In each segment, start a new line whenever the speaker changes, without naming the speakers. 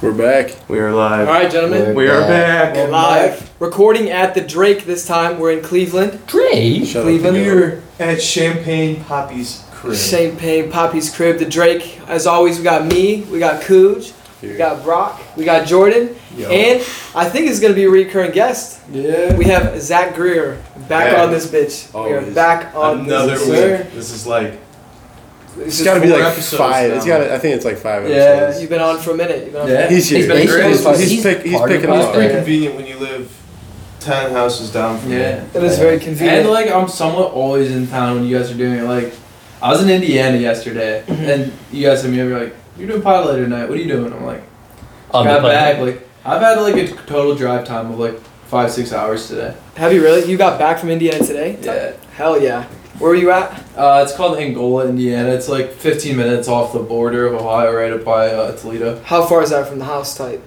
We're back.
We are live.
All right, gentlemen.
We are
back.
We're
back.
live. Recording at the Drake this time. We're in Cleveland.
Drake?
Shut
Cleveland.
up.
You're
At Champagne Poppy's crib.
Champagne Poppy's crib. The Drake. As always, we got me. We got Cooge. We got Brock. We got Jordan. And I think it's gonna be a recurring guest.
Yeah.
We have Zach Greer back
Hey.
on this bitch. We are
Always.
back on
Another
this
week. This Um, is uh, like
This
It's
is
got to be
four
like
episodes
five.
now.
It's got. to I think it's like five
Yeah.
episodes.
episodes.
You've been on for a minute. You've been on for a
Yeah.
minute.
He's here.
He's been great.
He's,
He's-
he's
he's
pick, he's
part of
picking
us.
up. uh,
pretty
Yeah.
convenient when you live ten houses down from
Yeah.
here.
It was very convenient.
And like I'm somewhat always in town when you guys are doing it. Like I was in Indiana yesterday, and you guys hit me up you're like, "You're doing pot later tonight. What are you doing?" I'm like,
I'll be
"Got
playing.
back." Like I've had like a total drive time of like five six hours today.
have you really? You got back from Indiana today?
Yeah.
Hell yeah. Where were you at?
Uh, it's called Angola, Indiana. It's like 15 minutes off the border of Ohio, right up by uh, Toledo.
How far is that from the house type?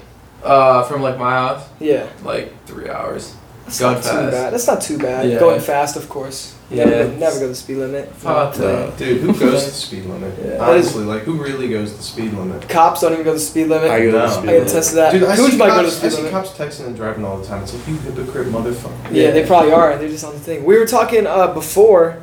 Uh, from like my house,
Yeah.
like three hours.
That's
Going
not too
fast.
bad. That's not too bad.
Yeah.
Going fast, of course.
Yeah.
Never, go- never go the speed limit.
Pot
No.
Uh, Dude, who goes to the speed limit?
Yeah.
Honestly, like who really goes to the speed limit?
Cops don't even go the speed limit.
I
I,
go to
No.
the
I
speed
can
limit.
attest to that.
Dude, I
Cooge
see,
Uh, might go to the
cops, I
speed
see
limit.
cops texting and driving all the time. It's like you hypocrite motherfucker.
Yeah, they probably are. They're just on the thing. We were talking uh, before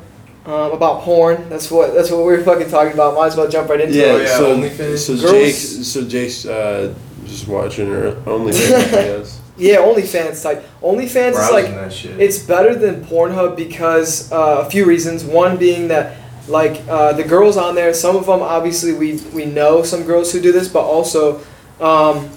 um, about porn. That's what that's what we were fucking talking about. Might as well jump right into
Yeah.
Oh,
it.
yeah,
so-
OnlyFans.
So
Girls-
Jake. So Jake's uh, just watching her only videos.
Yeah, OnlyFans type. OnlyFans is
Browsing
like
that shit.
It's better than Pornhub because uh, a few reasons. One being that, like, uh, the girls on there, some of them obviously we we know some girls who do this, but also, um,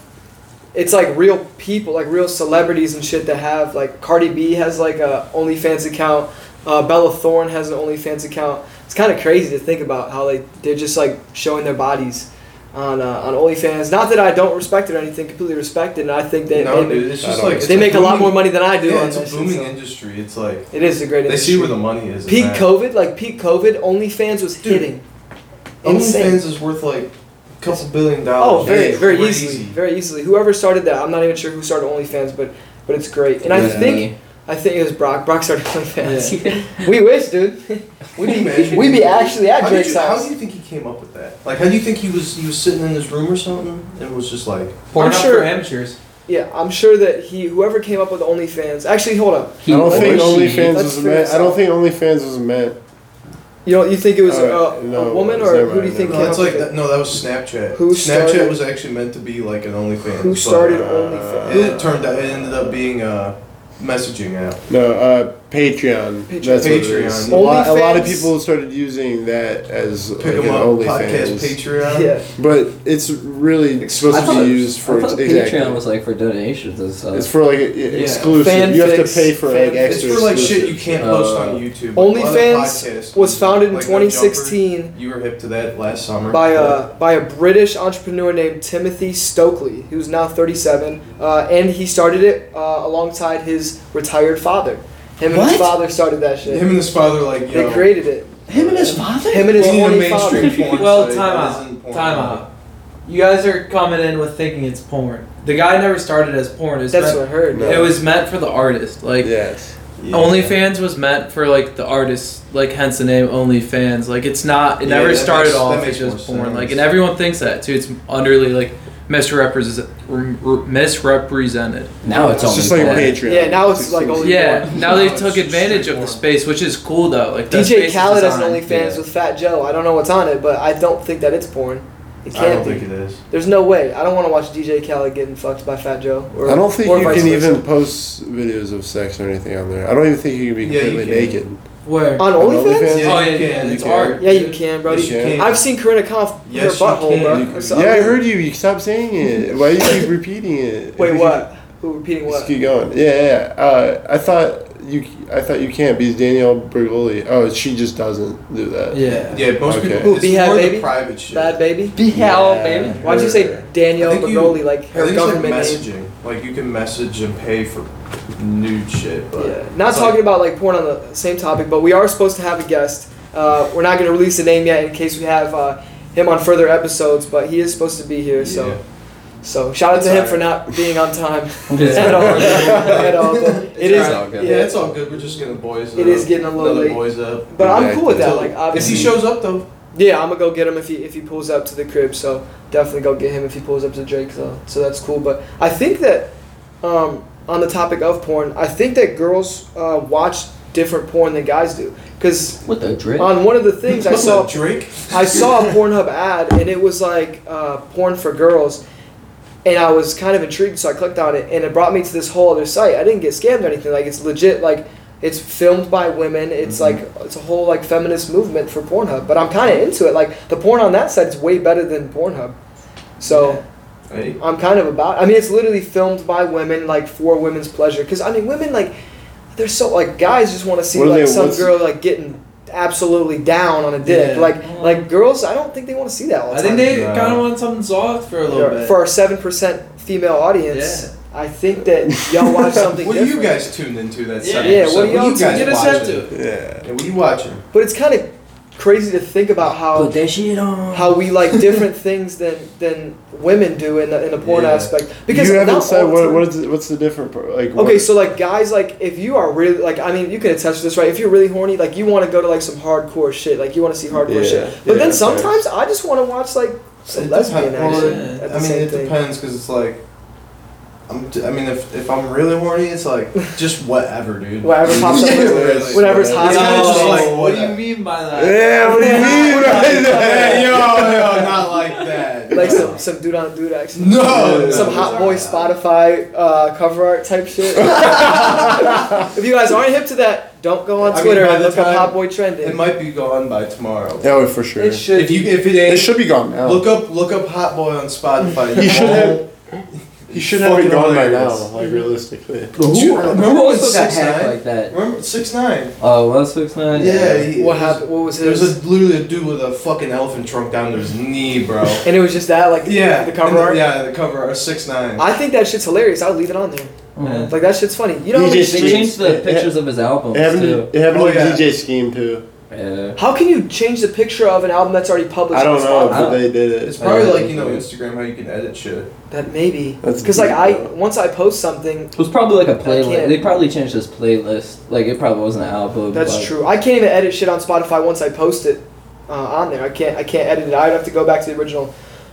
it's like real people, like real celebrities and shit that have like Cardi B has like a OnlyFans account, uh, Bella Thorne has an OnlyFans account. It's kind of crazy to think about how like they're just like showing their bodies. On, uh, on OnlyFans, not that I don't respect it or anything, completely respect it, and I think they
no,
they,
dude, it's
I
just
don't-
like it's
they make a lot
booming-
more money than I do.
Yeah,
on
it's
this,
a
and
booming
so-
industry. It's like
it is a great
they
industry.
see where the money is. in
peak
that.
COVID, like peak COVID, OnlyFans was
Dude,
hitting. Insane.
OnlyFans is worth like a couple billion dollars.
Oh, very,
It's
very
crazy.
easily, very easily. Whoever started that, I'm not even sure who started OnlyFans, but but it's great. And I
Yeah.
think I think it was Brock. Brock started OnlyFans. we wish, dude.
What do you imagine?
We'd be actually at
How did
Drake's
you, how do
house.
you think he came up with that? Like, how do you think he was? He was sitting in his room or something, and was just like,
Porn up
sure-
for amateurs.
Yeah, I'm sure that he, whoever came up with OnlyFans. Actually, hold up.
I don't think OnlyFans
Let's
was
figure
meant.
this
I don't
out.
think OnlyFans was meant.
You know, you think it was
Alright,
a,
no,
a woman,
it's
or
never
who do you
mind,
think
no,
came
that's
up
like
with
that,
it?
no, that was Snapchat.
Who
Snapchat
started-
was actually meant to be like an OnlyFans.
Who
but,
started
uh,
OnlyFans?
and it turned out it ended up being a messaging app.
No, uh, Patreon.
Patreon.
That's what it is.
Patreon.
A lot, a lot of
OnlyFans.
people started using that as
Pick
like an
him up, podcast
OnlyFans.
Patreon.
Yeah.
But it's really supposed
I
to
thought-
be used for
I thought
exactly.
Patreon was uh, like for donations and stuff.
It's for like e- exclusive.
Fan
you have to
fix,
pay for
fan
like
fix.
It's
extra.
for like
exclusive.
shit you can't post
Uh,
on YouTube. Like, a lot of
OnlyFans
podcasts
was founded in
like No Jumper.
2016
You were hip to that last summer.
by uh, a by a British entrepreneur named Timothy Stokely, who's now 37, uh, and he started it uh, alongside his retired father. Him and his
What?
father started that shit.
him and his father, like yo,
they created it.
Him and his father?
Him and his
we need a
only
mainstream
father.
porn
Well,
site that
time out.
isn't porn.
Time out. You guys are coming in with thinking it's porn. The guy never started as porn. It was,
That's
meant,
what I heard.
No.
it was meant for the artist. Like
Yes.
Yeah.
OnlyFans was meant for like the artist. Like hence the name OnlyFans. Like it's not. It
Yeah,
never
that
started
makes- that
off
makes
as just
more
porn. Like
sense.
and everyone thinks that too. It's underly like misrepresented. Misrepresented.
Now it's,
It's
only
just like
porn.
Patreon.
Yeah, now it's like
exclusive.
only-
Yeah.
porn.
Now they
It's
took
just
advantage of the
porn.
space, which is cool though. Like that space
DJ
is
Khaled has an
designed-
OnlyFans
yeah.
with Fat Joe. I don't know what's on it, but I don't think that it's porn. It
I don't
can't
think it
be.
is.
There's no way. I don't want to watch DJ Khaled getting fucked by Fat Joe. Or,
I don't think
or
you
vice
can
versa.
even post videos of sex or anything on there. I don't even think you can be
Yeah, you
completely
can.
naked.
Where?
on
on OnlyFans?
OnlyFans.
Yeah,
oh
you
yeah, yeah,
can,
it's
you
art.
Yeah, you can, bro.
Yes, you can.
I've seen Corinna Kampf with
Yes,
her
you
butthole,
can.
bro.
You can.
So-
yeah, I heard you. You stop saying it. Why do you keep repeating it?
Wait, what? Who repeating
Just
what?
keep going. Yeah, yeah. Uh, I thought you. I thought you can't because Danielle Bergoli. Oh, she just doesn't do that.
Yeah.
Yeah, most
Okay.
people.
Ooh,
It's
Beehive
more
Baby?
the private shit.
Bad baby.
Yeah. baby.
Why'd you say Danielle
I think you-
Baroli like
I
her
think it's like
government name?
messaging. Like you can message and pay for nude shit, but
Yeah. Not
it's
talking
like,
about like porn on the same topic, but we are supposed to have a guest. Uh, we're not gonna release the name yet in case we have uh, him on further episodes, but he is supposed to be here. So, so shout out to
That's
him for not being on time at all.
Yeah.
at all. But it
It's
is.
all
good.
Yeah.
Yeah.
it's all good. We're just gonna boys.
It
up.
is getting a little
Another
late.
boys up.
But I'm cool with that. Like
if he
obviously.
shows up though,
Yeah, I'm gonna go get him if he if he pulls up to the crib. So definitely go get him if he pulls up to Drake. So so that's cool. But I think that um, on the topic of porn, I think that girls uh, watch different porn than guys do. Cause
What the drip?
on one of the things I
What's
saw
up, Drake.
I saw a Pornhub ad and it was like uh, porn for girls, and I was kind of intrigued, so I clicked on it, and it brought me to this whole other site. I didn't get scammed or anything. Like it's legit. Like it's filmed by women. It's like it's a whole like feminist movement for Pornhub. But I'm kind of into it. Like the porn on that site is way better than Pornhub. So.
Hey,
I'm kind of about. I mean, it's literally filmed by women, like for women's pleasure. Because I mean, women like they're so like guys just want to see
What are
like
they-
some
what's-
girl like getting absolutely down on a dick.
Yeah.
Like like girls, I don't think they want to see that. All the
I think
time.
they
No.
kind of want something soft for a little bit.
for our seven percent female audience. I think that y'all watch something.
what do you
different.
guys tuned into that
Yeah.
Saturday?
Yeah,
what do y'all
guys
get us up
watching?
to?
Yeah.
Yeah, what are you watching?
But it's kind of crazy to think about how
Put that shit on.
how we like different things than than women do in the in the porn
Yeah.
aspect. Because
you haven't
not
said
all the
what,
time-
what is the, what's the different part? Like what-
Okay, so like guys, like if you are really like, I mean, you can attest to this, right? If you're really horny, like you want to go to like some hardcore shit, like you want to see hardcore
Yeah,
shit. But
yeah,
then
that's right.
sometimes I just want to watch like some
It
lesbian
depend-
action.
well,
at
the
I mean,
same
it
thing.
depends because it's like, I'm, I mean, if, if I'm really horny, it's like just whatever, dude.
Whatever pops up,
Yeah,
whatever's-
whatever's hot.
It's kinda
No.
just like,
what do you mean by that?
Yeah, what do you mean?
Oh,
right
Hey,
there?
yo, yo, not like that.
Like some some dude on dude action.
No, no,
Some
no,
hot
no.
boy Spotify uh, cover art type shit. if you guys aren't hip to that, don't go on
I mean,
Twitter
by
and
the
look up
time-
hot boy trending.
It might be gone by tomorrow.
Yeah, for sure.
It
It,
should.
If you if it
it
ain't,
should be gone now.
look up look up Hot Boy on Spotify.
He should have- he
It's
should have
fucking
it gone by now.
hilarious.
Like realistically.
Did you- remember
Who
when
was the
Six
heck
Nine-
like that?
Remember six nine?
Oh, was six nine?
Yeah. he-
what happened? What was his?
There's a literally a dude with a fucking elephant trunk down to his knee, bro.
and it was just that, like
Yeah,
the cover
and
art.
Yeah, the cover art six nine.
I think that shit's hilarious. I'll leave it on there.
Yeah.
Like that shit's funny. You know, how
You
many
just-
They
streams-
changed the
It-
pictures of his albums
It happened.
too.
To, it happened
Oh,
to
yeah.
DJ Scheme too.
Yeah.
how can you change the picture of an album that's already published?
I don't
on
know,
Spotify?
but they did
It's
it.
probably
Yeah.
like you know Instagram how you can edit shit.
That maybe
That's
because like
deep,
I
though.
once I post something,
It was probably like a
can't-
playlist. They probably changed his playlist. Like it probably wasn't an album.
that's
but-
true. I can't even edit shit on Spotify once I post it uh, on there. I can't I can't edit it. I'd have to go back to the original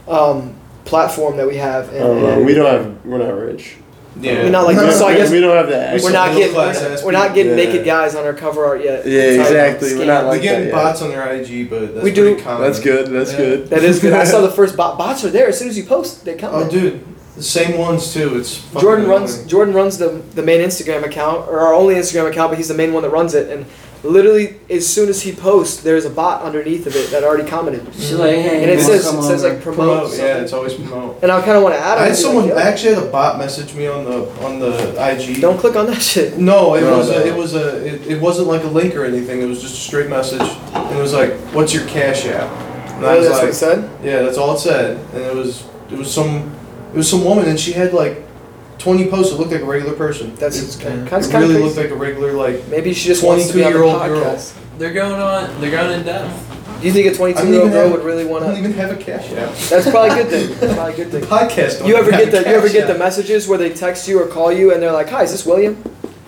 um, platform that we have.
I
And,
don't know.
and-
Oh, We don't have. We're not rich.
Yeah.
We're not like
we
so I
don't-
guess
we don't have that.
we're
some
not getting
middle-class
we're not,
ass
we're not getting
people.
naked
Yeah.
guys on our cover art yet.
Yeah,
It's how-
exactly. We're not
We're
like
getting
that.
bots on their IG, but that's
We
pretty
do.
yeah.
common.
That's good. That's
Yeah.
good.
That is good. I saw the first bot. bots are there as soon as you post. They come.
Oh, dude, the same ones too. It's fucking
Jordan runs
annoying.
Jordan runs the the main Instagram account or our only Instagram account, but he's the main one that runs it. And literally, as soon as he posts, there's a bot underneath of it that already commented,
She's like, hey,
and it
you wanna
says
come
it says
over?
like promote.
Promote,
something.
yeah, it's always promote.
And I kind of want to add.
I
on
had
to it,
someone.
like,
I
yeah,
actually had a bot message me on the on the IG.
Don't click on that shit.
No, it
No,
was
no.
A, it was a it, it wasn't like a link or anything. It was just a straight message, and it was like, "What's your cash app?" And I
Really,
was
Oh, that's what he
like,
said.
"Yeah, that's all it said." And it was it was some it was some woman, and she had like twenty posts that looked like a regular person.
That's
it,
kind of
it
kind
really
of
looked
crazy.
like a regular like.
Maybe she just wants to be on the
22-year-old girl.
podcast.
They're going on. They're going in depth.
Do you think a
I don't
22-year-old
even
girl
have-
would really
I
want
don't
to?
even have a cash app.
That's probably a good thing. That's probably a good
The
thing.
podcast. Don't
You ever
even
get
have
the
a
you ever
cash
get the
app.
messages where they text you or call you and they're like, "Hi, is this William?"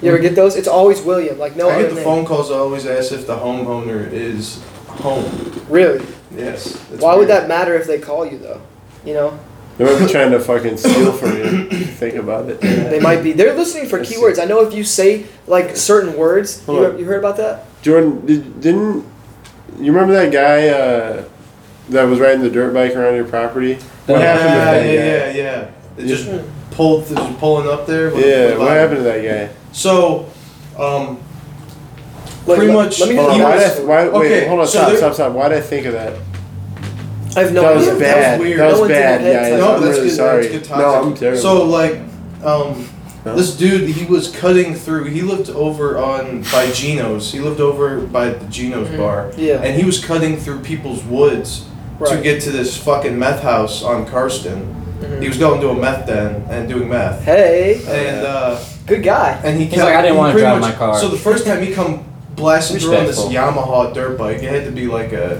You ever get
Mm-hmm.
those? It's always William, like no
I
other
get the
name.
phone calls. I always ask if the homeowner is home.
Really?
Yes. that's
Why would
weird.
that matter if they call you though? You know,
They might be trying to fucking steal from you. Think about it.
they might be. They're listening for
I see.
keywords. I know if you say like certain words, you,
Hold on.
heard- you heard about that?
Jordan, did, didn't you remember that guy uh, that was riding the dirt bike around your property? What
Yeah,
happened
Yeah,
to
yeah,
that
yeah, yeah.
Yeah.
It just
Hmm.
pulled, it was pulling up there.
guy?
with-
Yeah,
with
what
Biden.
happened to that guy?
So, um,
Like,
Pretty
let-
much-
Let me
Hold
hear
on,
he
why
the
did
last
I,
one.
why, wait,
Okay,
hold on,
so
stop,
there-
stop, stop. Why did I think of that?
I have no
that was
idea.
bad. That was,
weird.
No one
bad,
did that.
guys.
no,
I'm
that's
really
good.
sorry.
That's good
no,
topic.
I'm terrible.
So, like, um,
No.
this dude, he was cutting through. He lived over on by Geno's. He lived over by the Geno's
Mhm.
bar,
Yeah.
and he was cutting through people's woods to
Right.
get to this fucking meth house on Karsten.
Mhm.
He was going to a meth den and doing meth,
Hey,
and uh.
good guy.
And he
He's
kept,
like, "I didn't
he
wanna
pretty
drive
much-
my car."
So the first time he come blasting through on this
Respectful.
Yamaha dirt bike, it had to be like a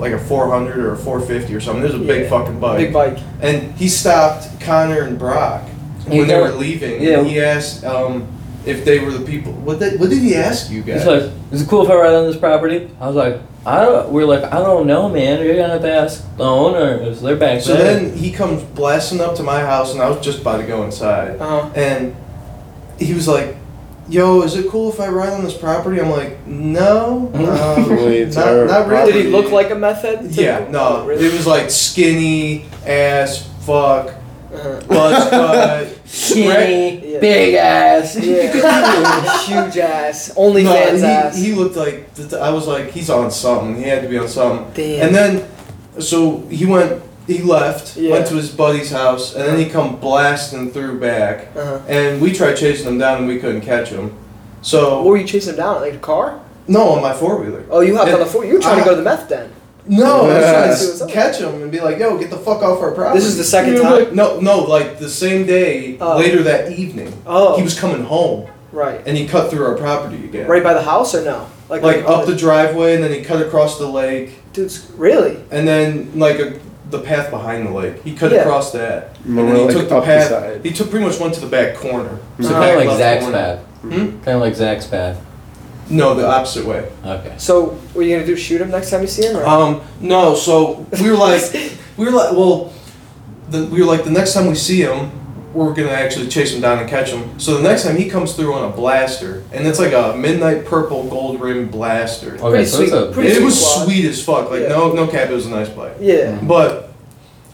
like a 400 or a 450 or something. There's a big
Yeah.
fucking bike.
Big bike.
And he stopped Connor and Brock
He
when they were
got-
leaving.
yeah.
And he asked um, if they were the people. What did, what did he ask you guys?
He's like, is it cool if I ride on this property? I was like, I don't, we're like, I don't know, man. You're gonna have to ask the owners. They're back
So
there.
then he comes blasting up to my house, and I was just about to go inside.
Uh,
And he was like, Yo, is it cool if I ride on this property? I'm like, No, no.
Really, it's
Not-
our
not really.
did he look like a meth head?
yeah,
Oh,
no.
really?
It was like skinny, ass, fuck,
Uh-huh.
buzz cut.
skinny,
Yeah.
big ass.
Yeah, huge ass, only
No,
fans ass.
he, he looked like, I was like, he's on something. He had to be on something.
Damn.
And then, so he went, he left,
Yeah.
went to his buddy's house, and then he come blasting through back.
uh-huh.
And we tried chasing him down, and we couldn't catch him.
what
So
were you chasing him down? Like a car?
no, on my four wheeler.
Oh, you hopped
Yeah.
on the foot. You were trying to go to the meth den.
No, I
Yeah.
was trying to catch him and be like, "Yo, get the fuck off our property."
This is the second
You were
time?
like- no, no, like the same day,
Oh.
later that evening,
Oh,
he was coming home,
right,
and he cut through our property again.
right by the house or no? Like,
Like up the driveway, and then he cut across the lake,
dude's really.
and then like a, the path behind the lake, he cut
Yeah.
across that.
And
And then he took the
up
path.
the side.
He took pretty much went to the back corner.
So
The
kind
back
of like
left
Zach's
corner.
path.
Hmm?
Kind of like Zach's path.
No, the opposite way.
Okay.
So, what are you gonna do? Shoot him next time you see him? Or?
Um, no. So we were like, we were like, well, the, we were like, the next time we see him, we're gonna actually chase him down and catch him. So the next time he comes through on a blaster, and it's like a midnight purple gold rim blaster.
Okay,
Pretty
so
sweet-
it's a
pretty
it
sweet
was
quad.
sweet as fuck. Like
Yeah.
no, no cap. It was a nice bike.
yeah.
But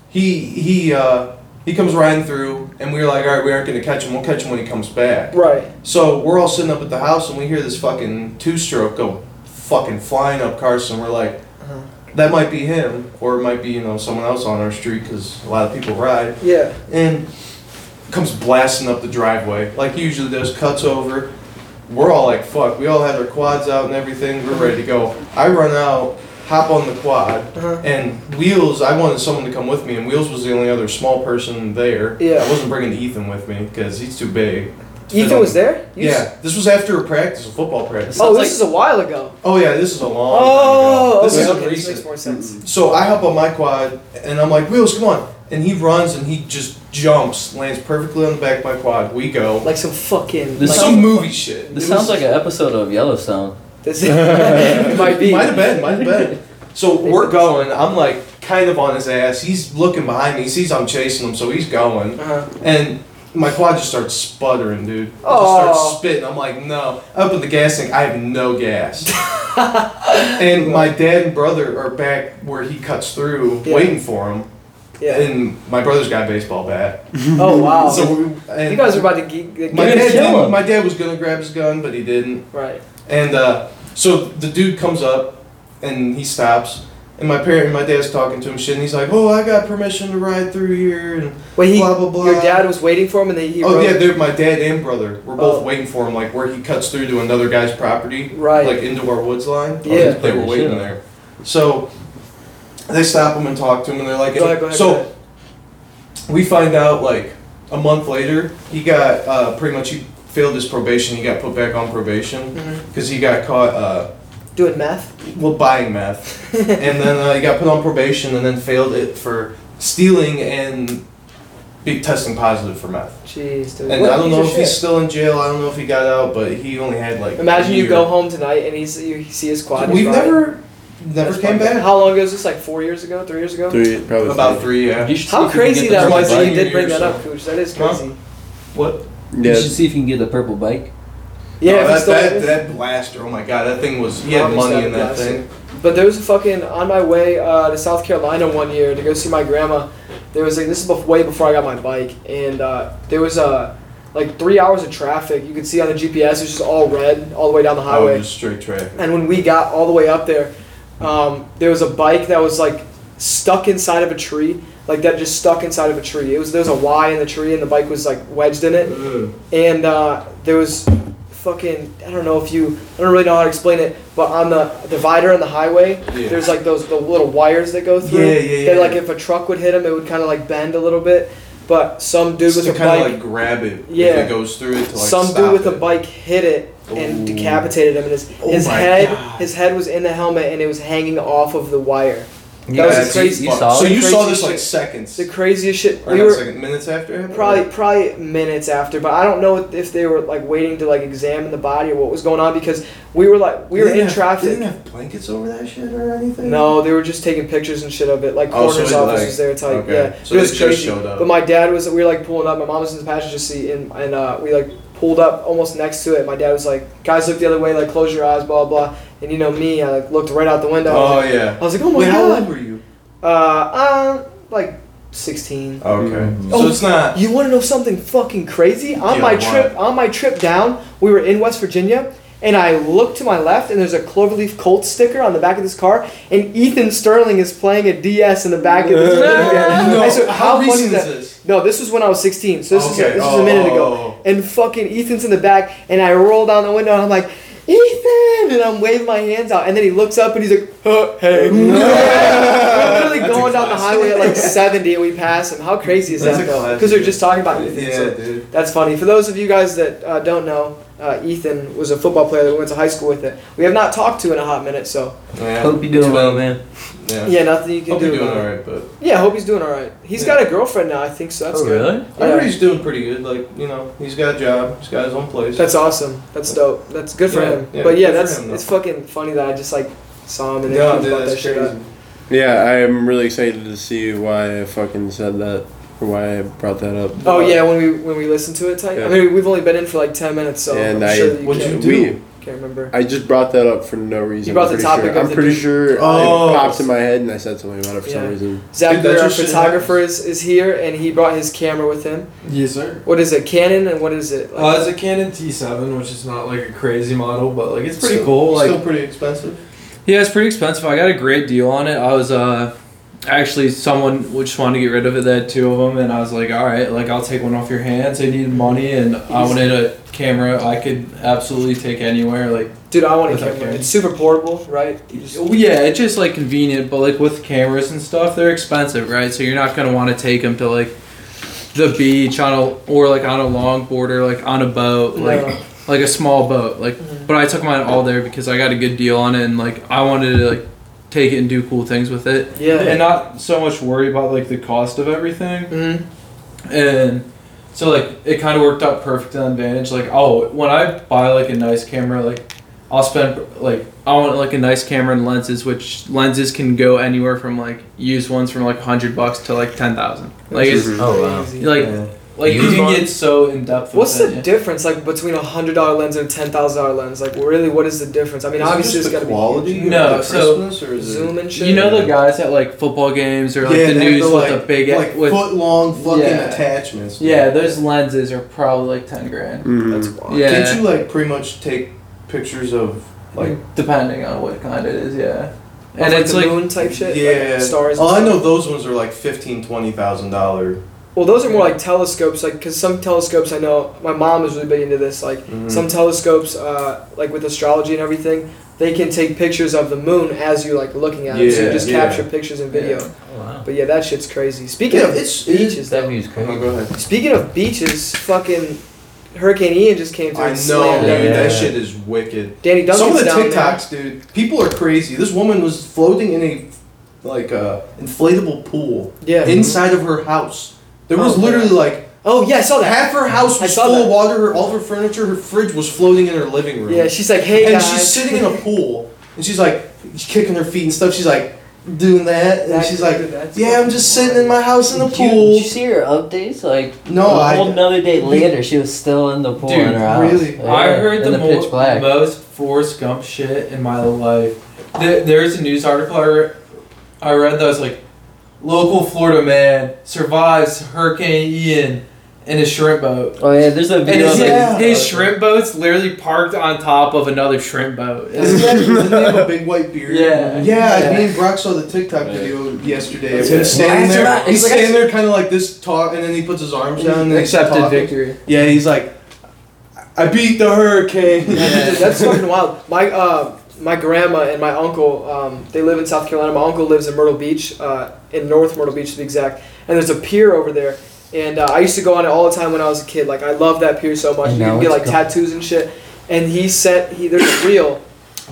he he uh, he comes riding through, and we were like, all right, we aren't gonna catch him. We'll catch him when he comes back.
Right.
So we're all sitting up at the house and we hear this fucking two stroke go fucking flying up Carson. We're like,
Uh-huh.
that might be him, or it might be, you know, someone else on our street because a lot of people ride.
Yeah.
And comes blasting up the driveway. Like he usually does, cuts over. We're all like, fuck. We all have our quads out and everything. We're ready to go. I run out, hop on the quad.
Uh-huh.
And Wheels, I wanted someone to come with me, and Wheels was the only other small person there.
Yeah.
I wasn't bringing Ethan with me because he's too big. to fit
Ethan
on
was there. You
yeah,
s-
this was after a practice, a football practice.
oh,
Sounds
this is
like-
a while ago.
Oh yeah, this is a long. time ago.
Oh,
this
okay,
is
okay,
a
this makes
recent.
more sense.
So I hop on my quad and I'm like, Wheels, come on! And he runs and he just jumps, lands perfectly on the back of my quad. We go.
Like some fucking.
This
like,
some movie shit.
This
It
sounds
was-
like an episode of Yellowstone.
This it might be.
Might have been. Might have been. So we're going. I'm like kind of on his ass. He's looking behind me. He sees I'm chasing him, so he's going.
Uh-huh.
And my quad just starts sputtering, dude. It just
Aw.
starts spitting. I'm like, no. I put the gas tank. I have no gas. and my dad and brother are back where he cuts through,
Yeah.
waiting for him.
Yeah.
And my brother's got a baseball bat.
Oh wow.
So we, and
you guys are about to geek. geek-
my
You're
dad,
gonna kill
didn't-
him.
my dad was gonna grab his gun, but he didn't.
right.
And uh, so the dude comes up and he stops. And my parent, my dad's talking to him, shit, and he's like, "Oh, I got permission to ride through here." And
Wait, he,
Blah, blah, blah.
your dad was waiting for him, and then he.
oh
rode-
yeah, they're my dad and brother. We're both
Oh.
waiting for him, like where he cuts through to another guy's property,
Right.
like into our woods line.
Yeah.
they were waiting
Shit.
there. So they stop him and talk to him, and they're like,
Go ahead, go ahead,
"So
go ahead.
we find out like a month later he got uh, pretty much he failed his probation. He got put back on probation
Mhm.
because he got caught uh,
doing meth.
well buying meth, and then uh, he got put on probation and then failed it for stealing and be testing positive for meth.
Jeez, dude.
And
What a
I don't
piece
know
of
if he's
shit.
still in jail. I don't know if he got out, but he only had like.
Imagine
a
you
year.
go home tonight and he's you see his quad. he's
We've
riding.
never, never
That's
came
fucked up.
back.
How long ago is this? Like four years ago, three years ago.
Three, probably
About three, yeah.
You should see
How
if you can
crazy
get the
that
purple
was! that
bike.
You did bring
Years
that up,
old.
Cooch. That is
Huh?
crazy.
What?
You
Yeah,
should see if you can get the purple bike.
Yeah,
No,
if he
that,
still
that,
is.
that blaster. Oh my god, that thing was. He had
Probably
money in that
stabbed the
thing.
But there was a fucking on my way uh, to South Carolina one year to go see my grandma. There was like this is bef- way before I got my bike, and uh, there was uh, like three hours of traffic. You could see on the GPS it was just all red all the way down the
I
highway.
was straight traffic.
And when we got all the way up there, um, there was a bike that was like stuck inside of a tree, like that just stuck inside of a tree. It was there was a Y in the tree, and the bike was like wedged in it
Ugh.
and uh, there was fucking I don't know if you I don't really know how to explain it, but on the divider on the highway,
Yeah.
there's like those the little wires that go through.
Yeah, yeah,
That
yeah.
like if a truck would hit them, it would kind of like bend a little bit. But some dude
Just
with
to
a
kinda,
bike,
like grab it.
Yeah.
If it goes through it to like
some dude
stop
with
it.
a bike hit it and
Ooh.
decapitated him, and his
Oh
his
my
head
God.
his head was in the helmet and it was hanging off of the wire.
You
was
guys-
crazy
You
fuck.
saw
So
it?
you saw
Crazy
this like
shit.
seconds.
The craziest shit.
or
We
not
were
second, minutes after. it happened?
probably probably minutes after, but I don't know if they were like waiting to like examine the body or what was going on because we were like we
They
were
didn't
in
have-
traffic.
They didn't have blankets over that shit or anything.
No, they were just taking pictures and shit of it. Like
Oh, so
coroner's
it,
office
like-
was there, type.
okay.
Yeah,
So
it
they
was
just
crazy.
showed up.
But my dad was. We were like pulling up. My mom was in the passenger seat, and and uh, we like pulled up almost next to it. My dad was like, "Guys, look the other way. Like, close your eyes, blah blah." And you know me, I like looked right out the window.
Oh yeah.
I was like, "Oh my
Wait, how old
god!"
were you?
Uh, uh, like sixteen.
Okay.
Mhm.
So it's not.
You want to know something fucking crazy? On
Yeah,
my
what?
trip, on my trip down, we were in West Virginia, and I look to my left, and there's a Cloverleaf Colt sticker on the back of this car, and Ethan Sterling is playing a DS in the back of this.
No,
I said, how, funny
recent
is that?
this?
No, this was when I was 16, so this is
Okay,
this is a minute ago.
oh.
And fucking Ethan's in the back, and I roll down the window, and I'm like, Ethan, and I'm waving my hands out, and then he looks up, and he's like, huh, hey. We're literally
That's
going down the
classic.
highway at like 70, and we pass him. How crazy is
That's
that
a
though?
classic.
Because we we're just talking about Ethan.
oh. Yeah,
Uh, so
dude.
that's funny. For those of you guys that uh, don't know, uh, Ethan was a football player that we went to high school with. It we have not talked to in a hot minute, so
Yeah.
Hope you're doing well, man.
Yeah.
yeah, nothing you can
Hope
do.
you're doing
about
alright,
it.
but
Yeah, hope he's doing all right. He's
Yeah.
got a girlfriend now, I think, so that's
oh,
good.
really?
I heard
Yeah.
he's doing pretty good. Like you know, he's got a job. He's got his own place.
That's awesome. That's dope. That's good for
Yeah,
him.
yeah,
but
good
yeah,
for
that's
him, though.
it's fucking funny that I just like saw him and then
no,
he
dude,
brought that
that's
shit up.
crazy.
Yeah, I am really excited to see why I fucking said that or why I brought that up.
Oh yeah, when we when we listened to it, type.
Yeah.
I mean, we've only been in for like ten minutes, so
And
I'm
I-
sure that Oh, you
What'd
can't,
you do?
We,
can't remember.
I just brought that up for no reason.
brought
I'm
the
pretty
topic
sure.
up
I'm
to
pretty
do-
sure
Oh.
it popped in my head and I said something about it for
Yeah.
some reason.
Zach,
that
Greer, our
just shit
photographer, is, is here, and he brought his camera with him.
Yes, sir.
What is it, Canon, and what is it?
Oh,
Like,
Uh, it's a Canon T7, which is not like a crazy model, but like it's pretty
Still-
cool. Like
Still pretty expensive.
Yeah, it's pretty expensive. I got a great deal on it. I was uh, actually someone just wanted to get rid of it. They had two of them, and I was like, all right, like I'll take one off your hands. I needed money, and I wanted a camera I could absolutely take anywhere. Like,
Dude, I want a
With that
camera.
Canon.
It's super portable, right? You just-
well, yeah, it's just like convenient, but like with cameras and stuff, they're expensive, right? So you're not gonna want to take them to like the beach on a or like on a longboard or like on a boat, like
No.
like a small boat, like.
Mhm.
But I took mine all there because I got a good deal on it, and like I wanted to like take it and do cool things with it.
Yeah.
and not so much worry about like the cost of everything
Mhm.
and so like it kind of worked out perfect to advantage like oh when i buy like a nice camera like i'll spend like i want like a nice camera and lenses which lenses can go anywhere from like used ones from like 100 bucks to like 10000 like it's
Mhm.
Mm-hmm.
Oh, wow.
Crazy.
like
Yeah.
like you
Used
can
ones?
get so in-depth with
What's
it,
the
yeah.
difference like between a hundred dollar lens and a ten thousand dollar lens? Like really, what is the difference? I mean,
Is it
obviously
just
it's
the
got to be
quality.
huge.
No,
of the
so-
crispness, or is it-
zoom and shit.
you know the guys at like football games or like the
they have
news with the big e-
like
with
foot long fucking
Yeah.
attachments. dude.
yeah those lenses are probably like 10 grand
That's
Mhm.
wild.
yeah
Can't you like pretty much take pictures of like
depending on what kind it is, yeah.
Of,
And it's
the
like
moon type shit.
yeah
like, stars.
All
and
I know
stuff.
those ones are like fifteen twenty thousand dollar.
Well, those are more like telescopes, like because some telescopes I know my mom is really big into this. Like
Mm.
some telescopes, uh, like with astrology and everything, they can take pictures of the moon as you're like looking at it. so you
Yeah,
just
yeah.
capture pictures and video.
Oh, wow.
But yeah, that shit's crazy. Speaking
Yeah,
of
it's- it-
beaches,
That
though.
view's crazy.
Oh, go ahead.
Speaking of beaches, fucking Hurricane Ian just came through.
I
and
know,
slammed
dude.
everything.
That
Yeah.
shit is wicked.
Danny Duncan's
Some of the
down there.
TikToks, dude. People are crazy. This woman was floating in a like uh, inflatable pool
Yeah. Mm-hmm.
inside of her house. There was
Oh,
literally
yeah.
like
oh yeah, I saw that.
half her house
I
was
saw
full
that.
of water. Her, all of her furniture, her fridge was floating in her living room.
Yeah, she's like, hey
and
guys.
she's sitting in a pool and she's like she's kicking her feet and stuff she's like doing that and
That-
she's like
that's
yeah i'm just sitting in my house in the
Did you, did
pool
you see her updates? Like
no
a whole
i
another day later, she was still in the pool
Dude,
in her house.
really?
Yeah,
I heard
in
the,
the
mo-
pitch black.
most Forrest Gump shit in my life. Th- There's a news article I, re- I read that was like, local Florida man survives Hurricane Ian in a shrimp boat.
oh yeah, there's a
And
video.
it's
of
like,
it.
Yeah.
his shrimp boat's literally parked on top of another shrimp boat.
Doesn't
It's-
he have- doesn't he have a big white beard?
Yeah.
Yeah,
Yeah.
me and Brock saw the TikTok video yesterday of
That's
him
it.
standing
Mine's
there.
not-
He's
it's like
standing
I-
there kind of like this talk, and then he puts his arms down and he's
accepted
talking.
victory.
Yeah, he's like, I beat the hurricane.
Yeah.
Dude, that's fucking wild. My uh, my grandma and my uncle, um, they live in South Carolina. My uncle lives in Myrtle Beach, uh, in North Myrtle Beach to be exact. And there's a pier over there, and uh, I used to go on it all the time when I was a kid. Like I love that pier so much.
And
you
now
can get
it's
like
gone.
tattoos and shit. And he sent he there's a reel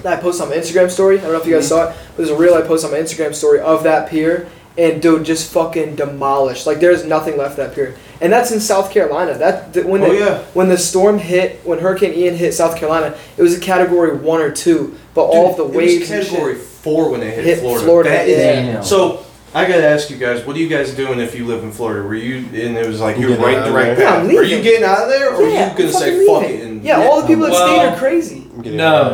that I posted on my Instagram story. I don't know if you guys saw it, but there's a reel I posted on my Instagram story of that pier, and dude, just fucking demolished. Like there's nothing left of that pier, and that's in South Carolina. That th- when
oh
the,
yeah,
when the storm hit, when Hurricane Ian hit South Carolina, it was a Category One or Two, but all of the
Dude, It
waves and
was
shit-
category four when it hit,
Hit
Florida.
Florida,
That
yeah.
is-
Damn.
So I gotta ask you guys, what are you guys doing if you live in Florida? Were you and it was like
You
you're
getting
right
out
in
of
the right
there?
Yeah,
path?
I'm
Were
leaving.
you getting out of there, or
yeah,
were you gonna
I'm
say
fucking
fuck
leaving.
it? And,
yeah, all the people that stayed
Well-
are crazy.
I'm getting
No.
out of